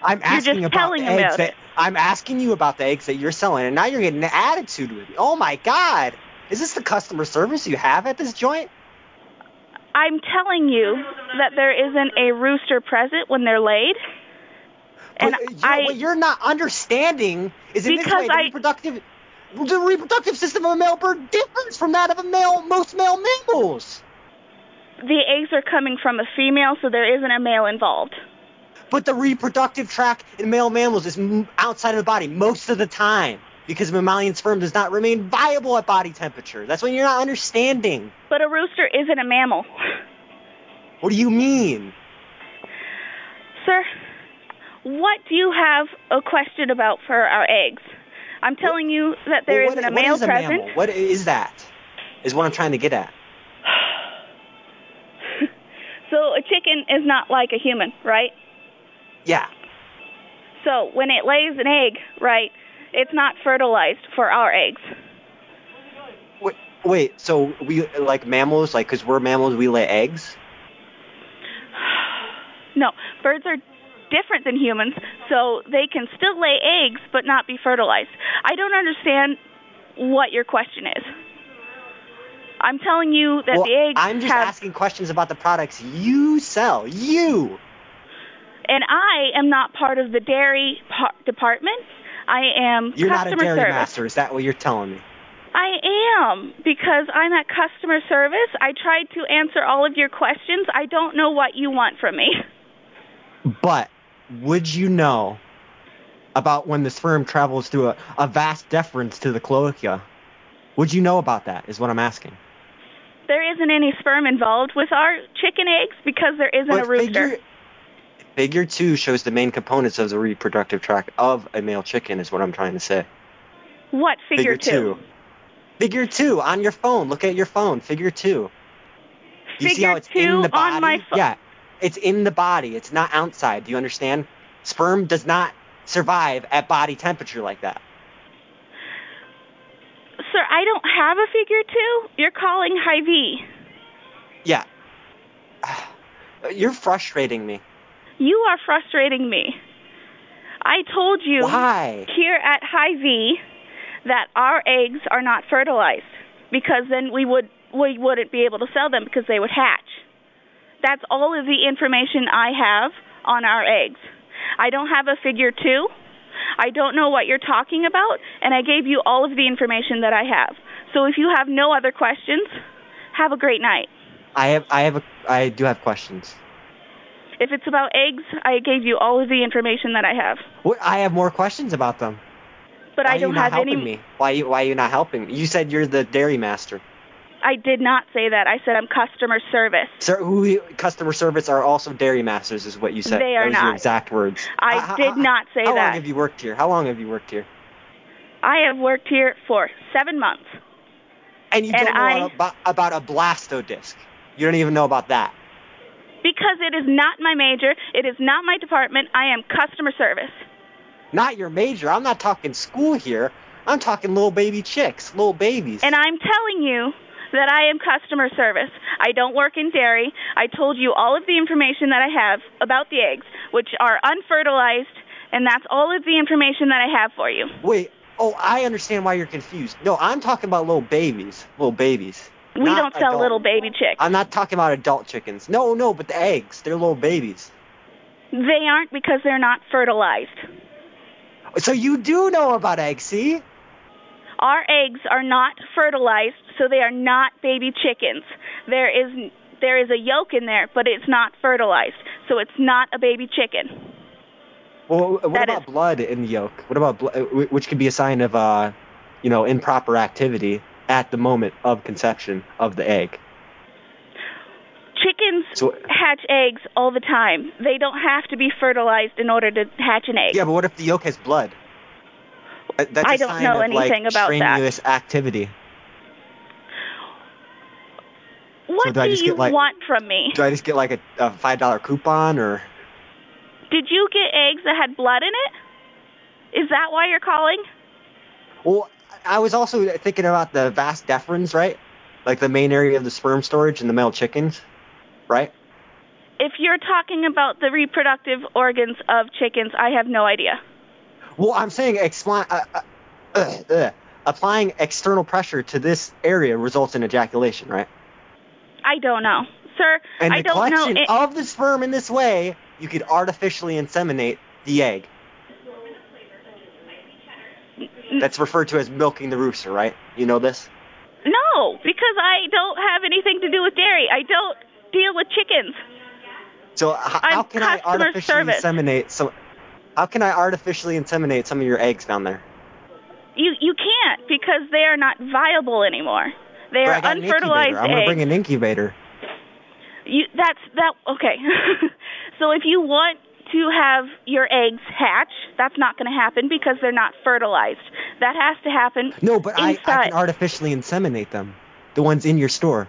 I'm asking just about telling the about eggs it. that I'm asking you about the eggs that you're selling, and now you're getting an attitude with me. Oh my God! Is this the customer service you have at this joint? I'm telling you that there isn't a rooster present when they're laid. And but, uh, you know, I, what you're not understanding is in this Because way the I- reproductive the reproductive system of a male bird differs from that of a male most male mammals. the eggs are coming from a female, so there isn't a male involved. But the reproductive tract in male mammals is m- outside of the body most of the time because mammalian sperm does not remain viable at body temperature. That's what you're not understanding. But a rooster isn't a mammal. What do you mean? Sir, what do you have a question about for our eggs? I'm telling you that there Well, what- not a what male is a present. mammal? What is that? Is what I'm trying to get at. So a chicken is not like a human, right? Yeah. So when it lays an egg, right, it's not fertilized for our eggs. Wait, so we like mammals, like because we're mammals, we lay eggs. No, birds are different than humans, so they can still lay eggs but not be fertilized. I don't understand what your question is. I'm telling you that Well, the eggs I'm just have asking questions about the products you sell. You. and I am not part of the dairy par- department. I am You're customer not a dairy service. master. Is that what you're telling me? I am because I'm at customer service. I tried to answer all of your questions. I don't know what you want from me. But would you know about when the sperm travels through a, a vast deference to the cloaca? Would you know about that? Is what I'm asking. There isn't any sperm involved with our chicken eggs because there isn't But a rooster. Figure two shows the main components of the reproductive tract of a male chicken. Is what I'm trying to say. what figure, two? Figure two on your phone. Look at your phone. Figure two. You see Figure how it's in two the body? on my pho- Yeah, it's in the body. It's not outside. Do you understand? Sperm does not survive at body temperature like that. Sir, I don't have a figure two. You're calling Hy-Vee. Yeah. You're frustrating me. You are frustrating me. I told you Why? here at Hy-Vee that our eggs are not fertilized because then we would we wouldn't be able to sell them because they would hatch. That's all of the information I have on our eggs. I don't have a figure 2. I don't know what you're talking about and I gave you all of the information that I have. So if you have no other questions, have a great night. I have I have a I do have questions. If it's about eggs, I gave you all of the information that I have. What I have more questions about them. But why I are you don't not have helping any me? Why you why are you not helping me? You said you're the dairy master. I did not say that. I said I'm customer service. Sir, who customer service are also dairy masters is what you said. They are Those your not. exact words. I How- did not say Uh, How long that. have you worked here? How long have you worked here? I have worked here for seven months. And you And don't know I- about, about a blastodisc. You don't even know about that. Because it is not my major, it is not my department, I am customer service. Not your major. I'm not talking school here. I'm talking little baby chicks, little babies. And I'm telling you that I am customer service. I don't work in dairy. I told you all of the information that I have about the eggs, which are unfertilized, and that's all of the information that I have for you. Wait. Oh, I understand why you're confused. No, I'm talking about little babies. Little babies. We Not don't sell adult. little baby chicks. I'm not talking about adult chickens. No, no, but the eggs. They're little babies. They aren't because they're not fertilized. So you do know about eggs, see? Our eggs are not fertilized, so they are not baby chickens. There is there is a yolk in there, but it's not fertilized, so it's not a baby chicken. Well, what That about blood in the yolk? What about bl- uh, wh- which can be a sign of, uh, you know, improper activity at the moment of conception of the egg? Chickens So- hatch eggs all the time. They don't have to be fertilized in order to hatch an egg. Yeah, but what if the yolk has blood? Uh, That's a I don't sign know of, like, anything about that. strenuous activity. what so do I just you get like want from me? do I just get like a, a five dollar coupon or Did you get eggs that had blood in it? Is that why you're calling? Well, I was also thinking about the vast deferens, right? Like the main area of the sperm storage and the male chickens, right? If you're talking about the reproductive organs of chickens, I have no idea. Well, I'm saying expli- uh, uh, uh, uh, applying external pressure to this area results in ejaculation, right? I don't know. Sir, And I the don't know. collection it- of the sperm in this way, you could artificially inseminate the egg. That's referred to as milking the rooster, right? You know this? no, because I don't have anything to do with dairy. I don't deal with chickens. So h- how can I customer artificially service. inseminate some? How can I artificially inseminate some of your eggs down there? You you can't because they are not viable anymore. They But are I got an unfertilized incubator. I'm gonna eggs. bring an incubator. You that's that okay. so if you want to have your eggs hatch, that's not going to happen because they're not fertilized. That has to happen. No, but I, I inside. can artificially inseminate them. The ones in your store.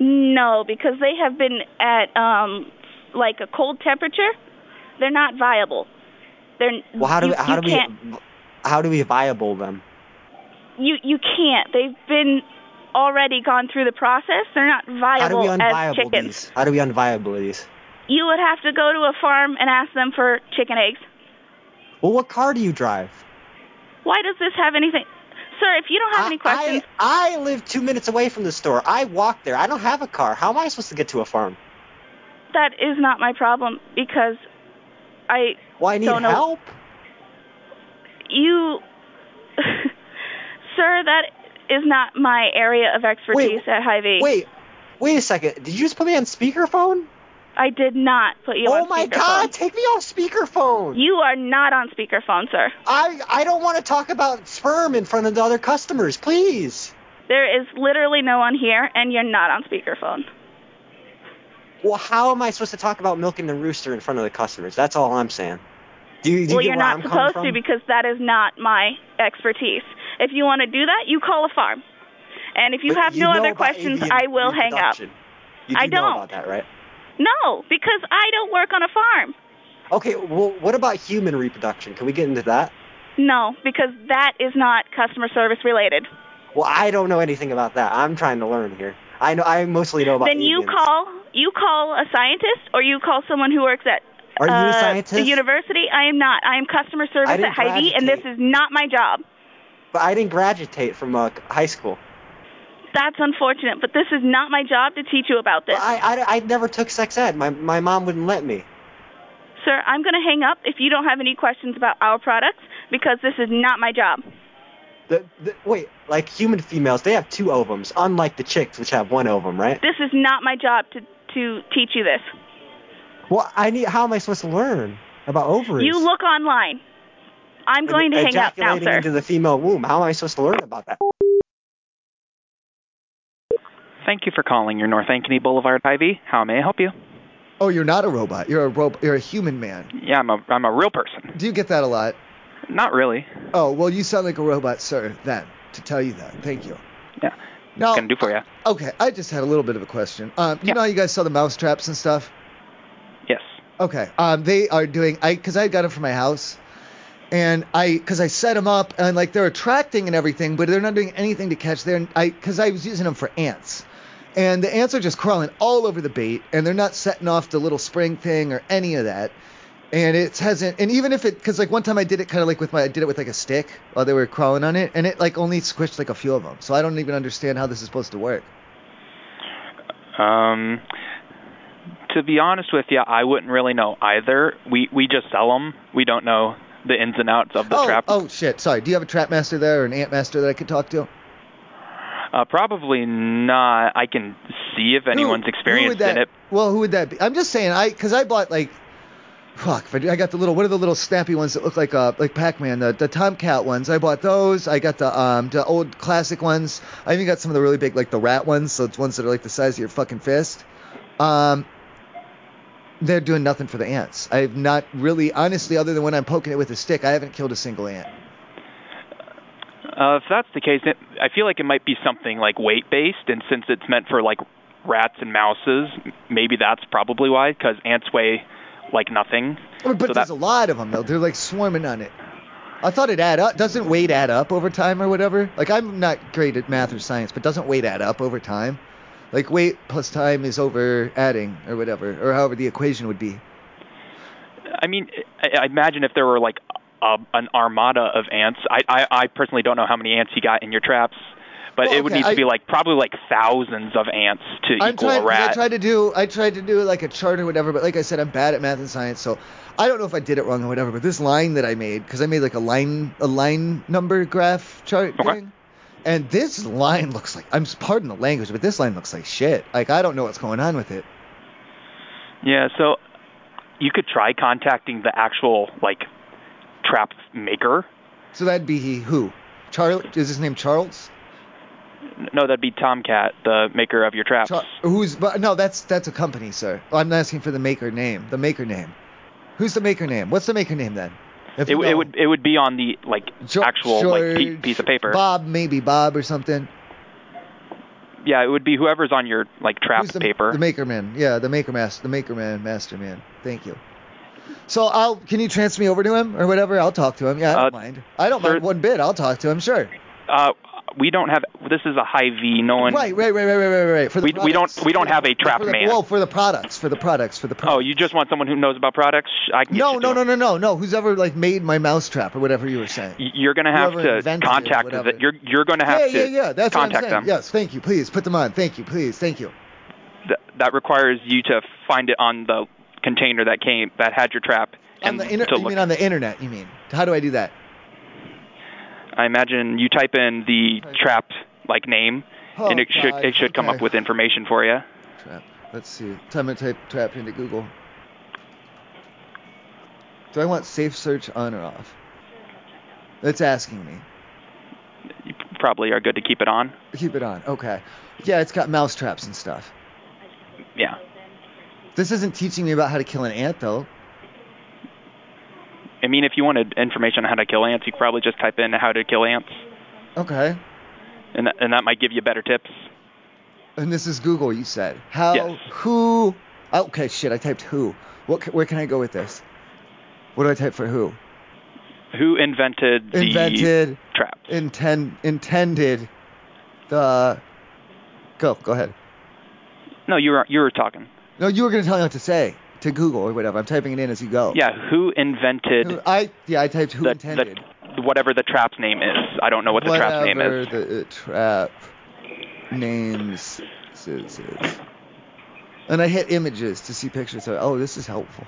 No, because they have been at um like a cold temperature. They're not viable. They're Well, how do you, we, how you do can't, we how do we viable them? you you can't. They've been already gone through the process. They're not How do we viable as unviable chickens. these? How do we unviable these? You would have to go to a farm and ask them for chicken eggs. Well, what car do you drive? Why does this have anything? Sir, if you don't have any questions, I live two minutes away from the store. I walk there. I don't have a car. How am I supposed to get to a farm? that is not my problem because I Well, I need don't know. help. You, sir, that is not my area of expertise at Hy-Vee. Wait, wait a second. Did you just put me on speakerphone? I did not put you oh on my God! Take me off speakerphone. You are not on speakerphone, sir. I I don't want to talk about sperm in front of the other customers, please. There is literally no one here, and you're not on speakerphone. Well, how am I supposed to talk about milking the rooster in front of the customers? That's all I'm saying. Do you, do you well, get you're where not I'm coming supposed from? to because that is not my expertise. If you want to do that, you call a farm. And if you But have you no know other about questions, avian I will hang up. reproduction. You do I know don't. about that, right? No, because I don't work on a farm. Okay, well, what about human reproduction? Can we get into that? No, because that is not customer service related. Well, I don't know anything about that. I'm trying to learn here. I know I mostly know about. then you avians. call you call a scientist or you call someone who works at Are you a uh, the scientist? university. I am not. I am customer service didn't at Hy-Vee, and this is not my job. But I didn't graduate from uh, high school. That's unfortunate, but this is not my job to teach you about this. I, I, I never took sex ed. My my mom wouldn't let me. Sir, I'm going to hang up if you don't have any questions about our products because this is not my job. The, the, wait, like human females, they have two ovums, unlike the chicks, which have one ovum, right? This is not my job to to teach you this. Well, I need. How am I supposed to learn about ovaries? You look online. I'm going to hang up now, Ejaculating sir. into the female womb. How am I supposed to learn about that? Thank you for calling your North Ankeny Boulevard Hy-Vee. How may I help you? Oh, you're not a robot. You're a rob- You're a human man. Yeah, I'm a I'm a real person. Do you get that a lot? Not really. Oh well, you sound like a robot, sir. Then to tell you that. Thank you. Yeah. Now, Can do for you. okay, I just had a little bit of a question. Um, you know how you guys saw the mouse traps and stuff? Yes. Okay. Um, they are doing I because I got them from my house, and I because I set them up and like they're attracting and everything, but they're not doing anything to catch. They're I because I was using them for ants, and the ants are just crawling all over the bait, and they're not setting off the little spring thing or any of that. And it hasn't, and even if it, because like one time I did it kind of like with my, I did it with like a stick while they were crawling on it, and it like only squished like a few of them. So I don't even understand how this is supposed to work. Um, to be honest with you, I wouldn't really know either. We we just sell them. We don't know the ins and outs of the oh, trap. oh shit! Sorry. Do you have a trap master there or an ant master that I could talk to? Uh, probably not. I can see if anyone's Who experienced would that, in it. Well, who would that be? I'm just saying, I because I bought like, fuck, if I do- I got the little, what are the little snappy ones that look like uh like Pac-Man, the the Tomcat ones. I bought those. I got the um the old classic ones. I even got some of the really big like the rat ones, so it's ones that are like the size of your fucking fist. Um. They're doing nothing for the ants. I've not really, honestly, other than when I'm poking it with a stick, I haven't killed a single ant. Uh, if that's the case, it, I feel like it might be something like weight based, and since it's meant for like rats and mouses, m- maybe that's probably why. Because ants weigh like nothing. But So there's that- a lot of them though. They're like swarming on it. I thought it add up. Doesn't weight add up over time or whatever? Like I'm not great at math or science, but doesn't weight add up over time? Like weight plus time is over adding or whatever, or however the equation would be. I mean, I, I imagine if there were like a, an armada of ants. I, I I personally don't know how many ants you got in your traps, but Well, it would okay, need to I- be like probably like thousands of ants to I'm equal trying. a 'cause I rat. tried to do. I tried to do like a chart or whatever, but like I said, I'm bad at math and science, so I don't know if I did it wrong or whatever. But this line that I made, because I made like a line, a line number graph chart thing, and this line looks like. I'm s- pardon the language, but this line looks like shit. Like I don't know what's going on with it. Yeah, so you could try contacting the actual like trap maker. So that'd be who? Charles? Is his name Charles? No, that'd be Tomcat, the maker of your traps. Char- who's? But no, that's that's a company, sir. Oh, I'm asking for the maker name. The maker name. Who's the maker name? What's the maker name then? If it, you it know. would it would be on the like actual like pe- George- piece of paper. Bob, maybe Bob or something. Yeah, it would be whoever's on your like trap Who's the, paper. The maker man. Yeah, the maker master. The maker man, master man. Thank you. So I'll. Can you transfer me over to him or whatever? I'll talk to him. Yeah, I don't Uh, mind. I don't mind one bit. I'll talk to him. Sure. Uh, we don't have this is a high V. No one. right, right, right, right, right, right, right. For the we we don't products. we don't have a trap for the, man. Well, for the products, for the products, for the. Pro- Oh, you just want someone who knows about products? I can get no, you no, to no, no, no, no. Who's ever like made my mousetrap or whatever you were saying? him. You're gonna have Whoever to invented it or contact whatever. the, you're you're gonna yeah, have yeah, to yeah. That's contact what I'm saying. them. Yes, thank you. Please put them on. Thank you. Please, thank you. Th- that requires you to find it on the container that came that had your trap On and the inter- to you look. mean on the internet? You mean? How do I do that? I imagine you type in the trap like name Oh, and it should God. it should come Okay. up with information for you. Trap. Let's see. Time I type trap into Google. Do I want safe search on or off? That's asking me. Probably are good to keep it on. Keep it on. Okay. Yeah, it's got mouse traps and stuff. Yeah. This isn't teaching me about how to kill an ant though. I mean, if you wanted information on how to kill ants, you could probably just type in how to kill ants, Okay. and that, and that might give you better tips. And this is Google, you said. How? Who? oh, okay, shit. I typed who. What? c- Where can I go with this? What do I type for who? Who invented the Invented. trap? Intend. Intended. The. Go. Go ahead. No, you were you were talking. No, you were gonna tell me what to say to Google or whatever. I'm typing it in as you go. Yeah, who invented Oh. Who- I yeah. I typed who the, intended. the whatever the trap's name is? I don't know what the whatever trap's name is. the uh, trap names is. is. And I hit images to see pictures. So, oh, this is helpful.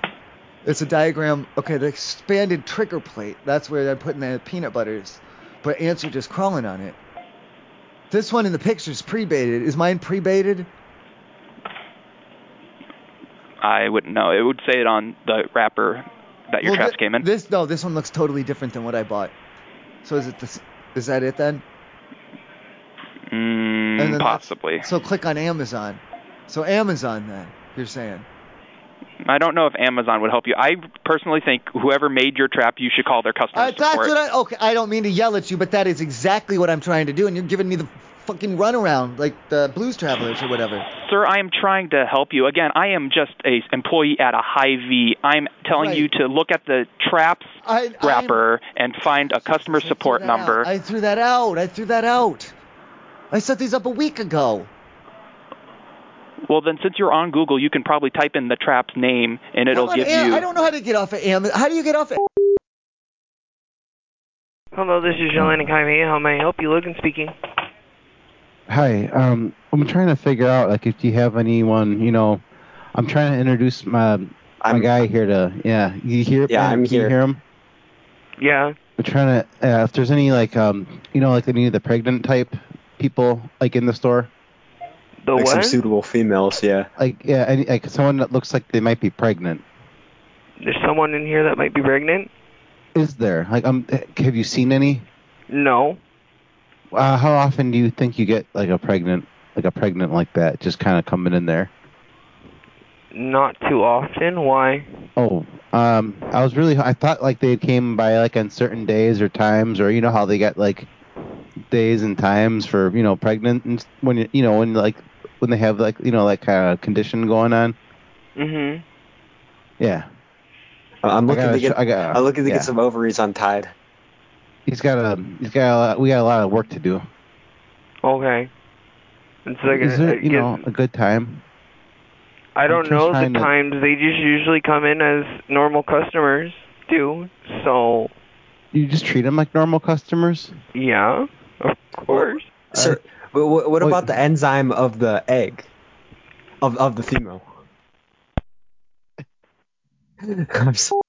It's a diagram. Okay, the expanded trigger plate. That's where I'm putting the peanut butters. But ants are just crawling on it. This one in the picture is pre-baited. Is mine pre-baited? I wouldn't know. It would say it on the wrapper that your Well, traps thi- came in. This no, this one looks totally different than what I bought. So is it this? Is that it then? Mm, and then that's- possibly. So click on Amazon. So Amazon then you're saying. I don't know if Amazon would help you. I personally think whoever made your trap, you should call their customer Uh, that's support. what I. Okay, I don't mean to yell at you, but that is exactly what I'm trying to do, and you're giving me the fucking runaround like the Blues Travelers or whatever. Sir, I am trying to help you. Again, I am just a employee at a high V. I'm telling Right. you to look at the traps I, wrapper and find a customer support that out. number. I threw that out. I threw that out. I set these up a week ago. well, then since you're on Google, you can probably type in the trap's name and it'll How on give Am- you I don't know how to get off of Amazon. How do you get off? Of- Hello, this is Joanna Kaimea. How may I help you? Logan speaking. Hi, um, I'm trying to figure out like if you have anyone, you know, I'm trying to introduce my my guy here to yeah. You hear? Yeah, I'm you here. hear him? Yeah. We're trying to uh, if there's any like um, you know, like any of the pregnant type people like in the store, The like some what? suitable females, yeah. like yeah, any, like someone that looks like they might be pregnant. There's someone in here that might be pregnant? Is there like um, have you seen any? No. Uh, how often do you think you get like a pregnant, like a pregnant like that, just kind of coming in there? Not too often. Why? Oh, um, I was really. I thought like they came by like on certain days or times, or you know how they got like days and times for you know pregnant and s- when you you know when like when they have like you know like kind of condition going on. Mm-hmm. Yeah. I'm looking I gotta Uh, to get. sh- I I gotta- am looking to yeah. get some ovaries untied. he's got a he's got a lot, we got a lot of work to do. Okay. It's like Is a, there you know a good time? I don't just know the trying to- times. They just usually come in as normal customers do. So You just treat them like normal customers. yeah, of course. So, uh, but what, what about the enzyme of the egg, of of the female? I'm so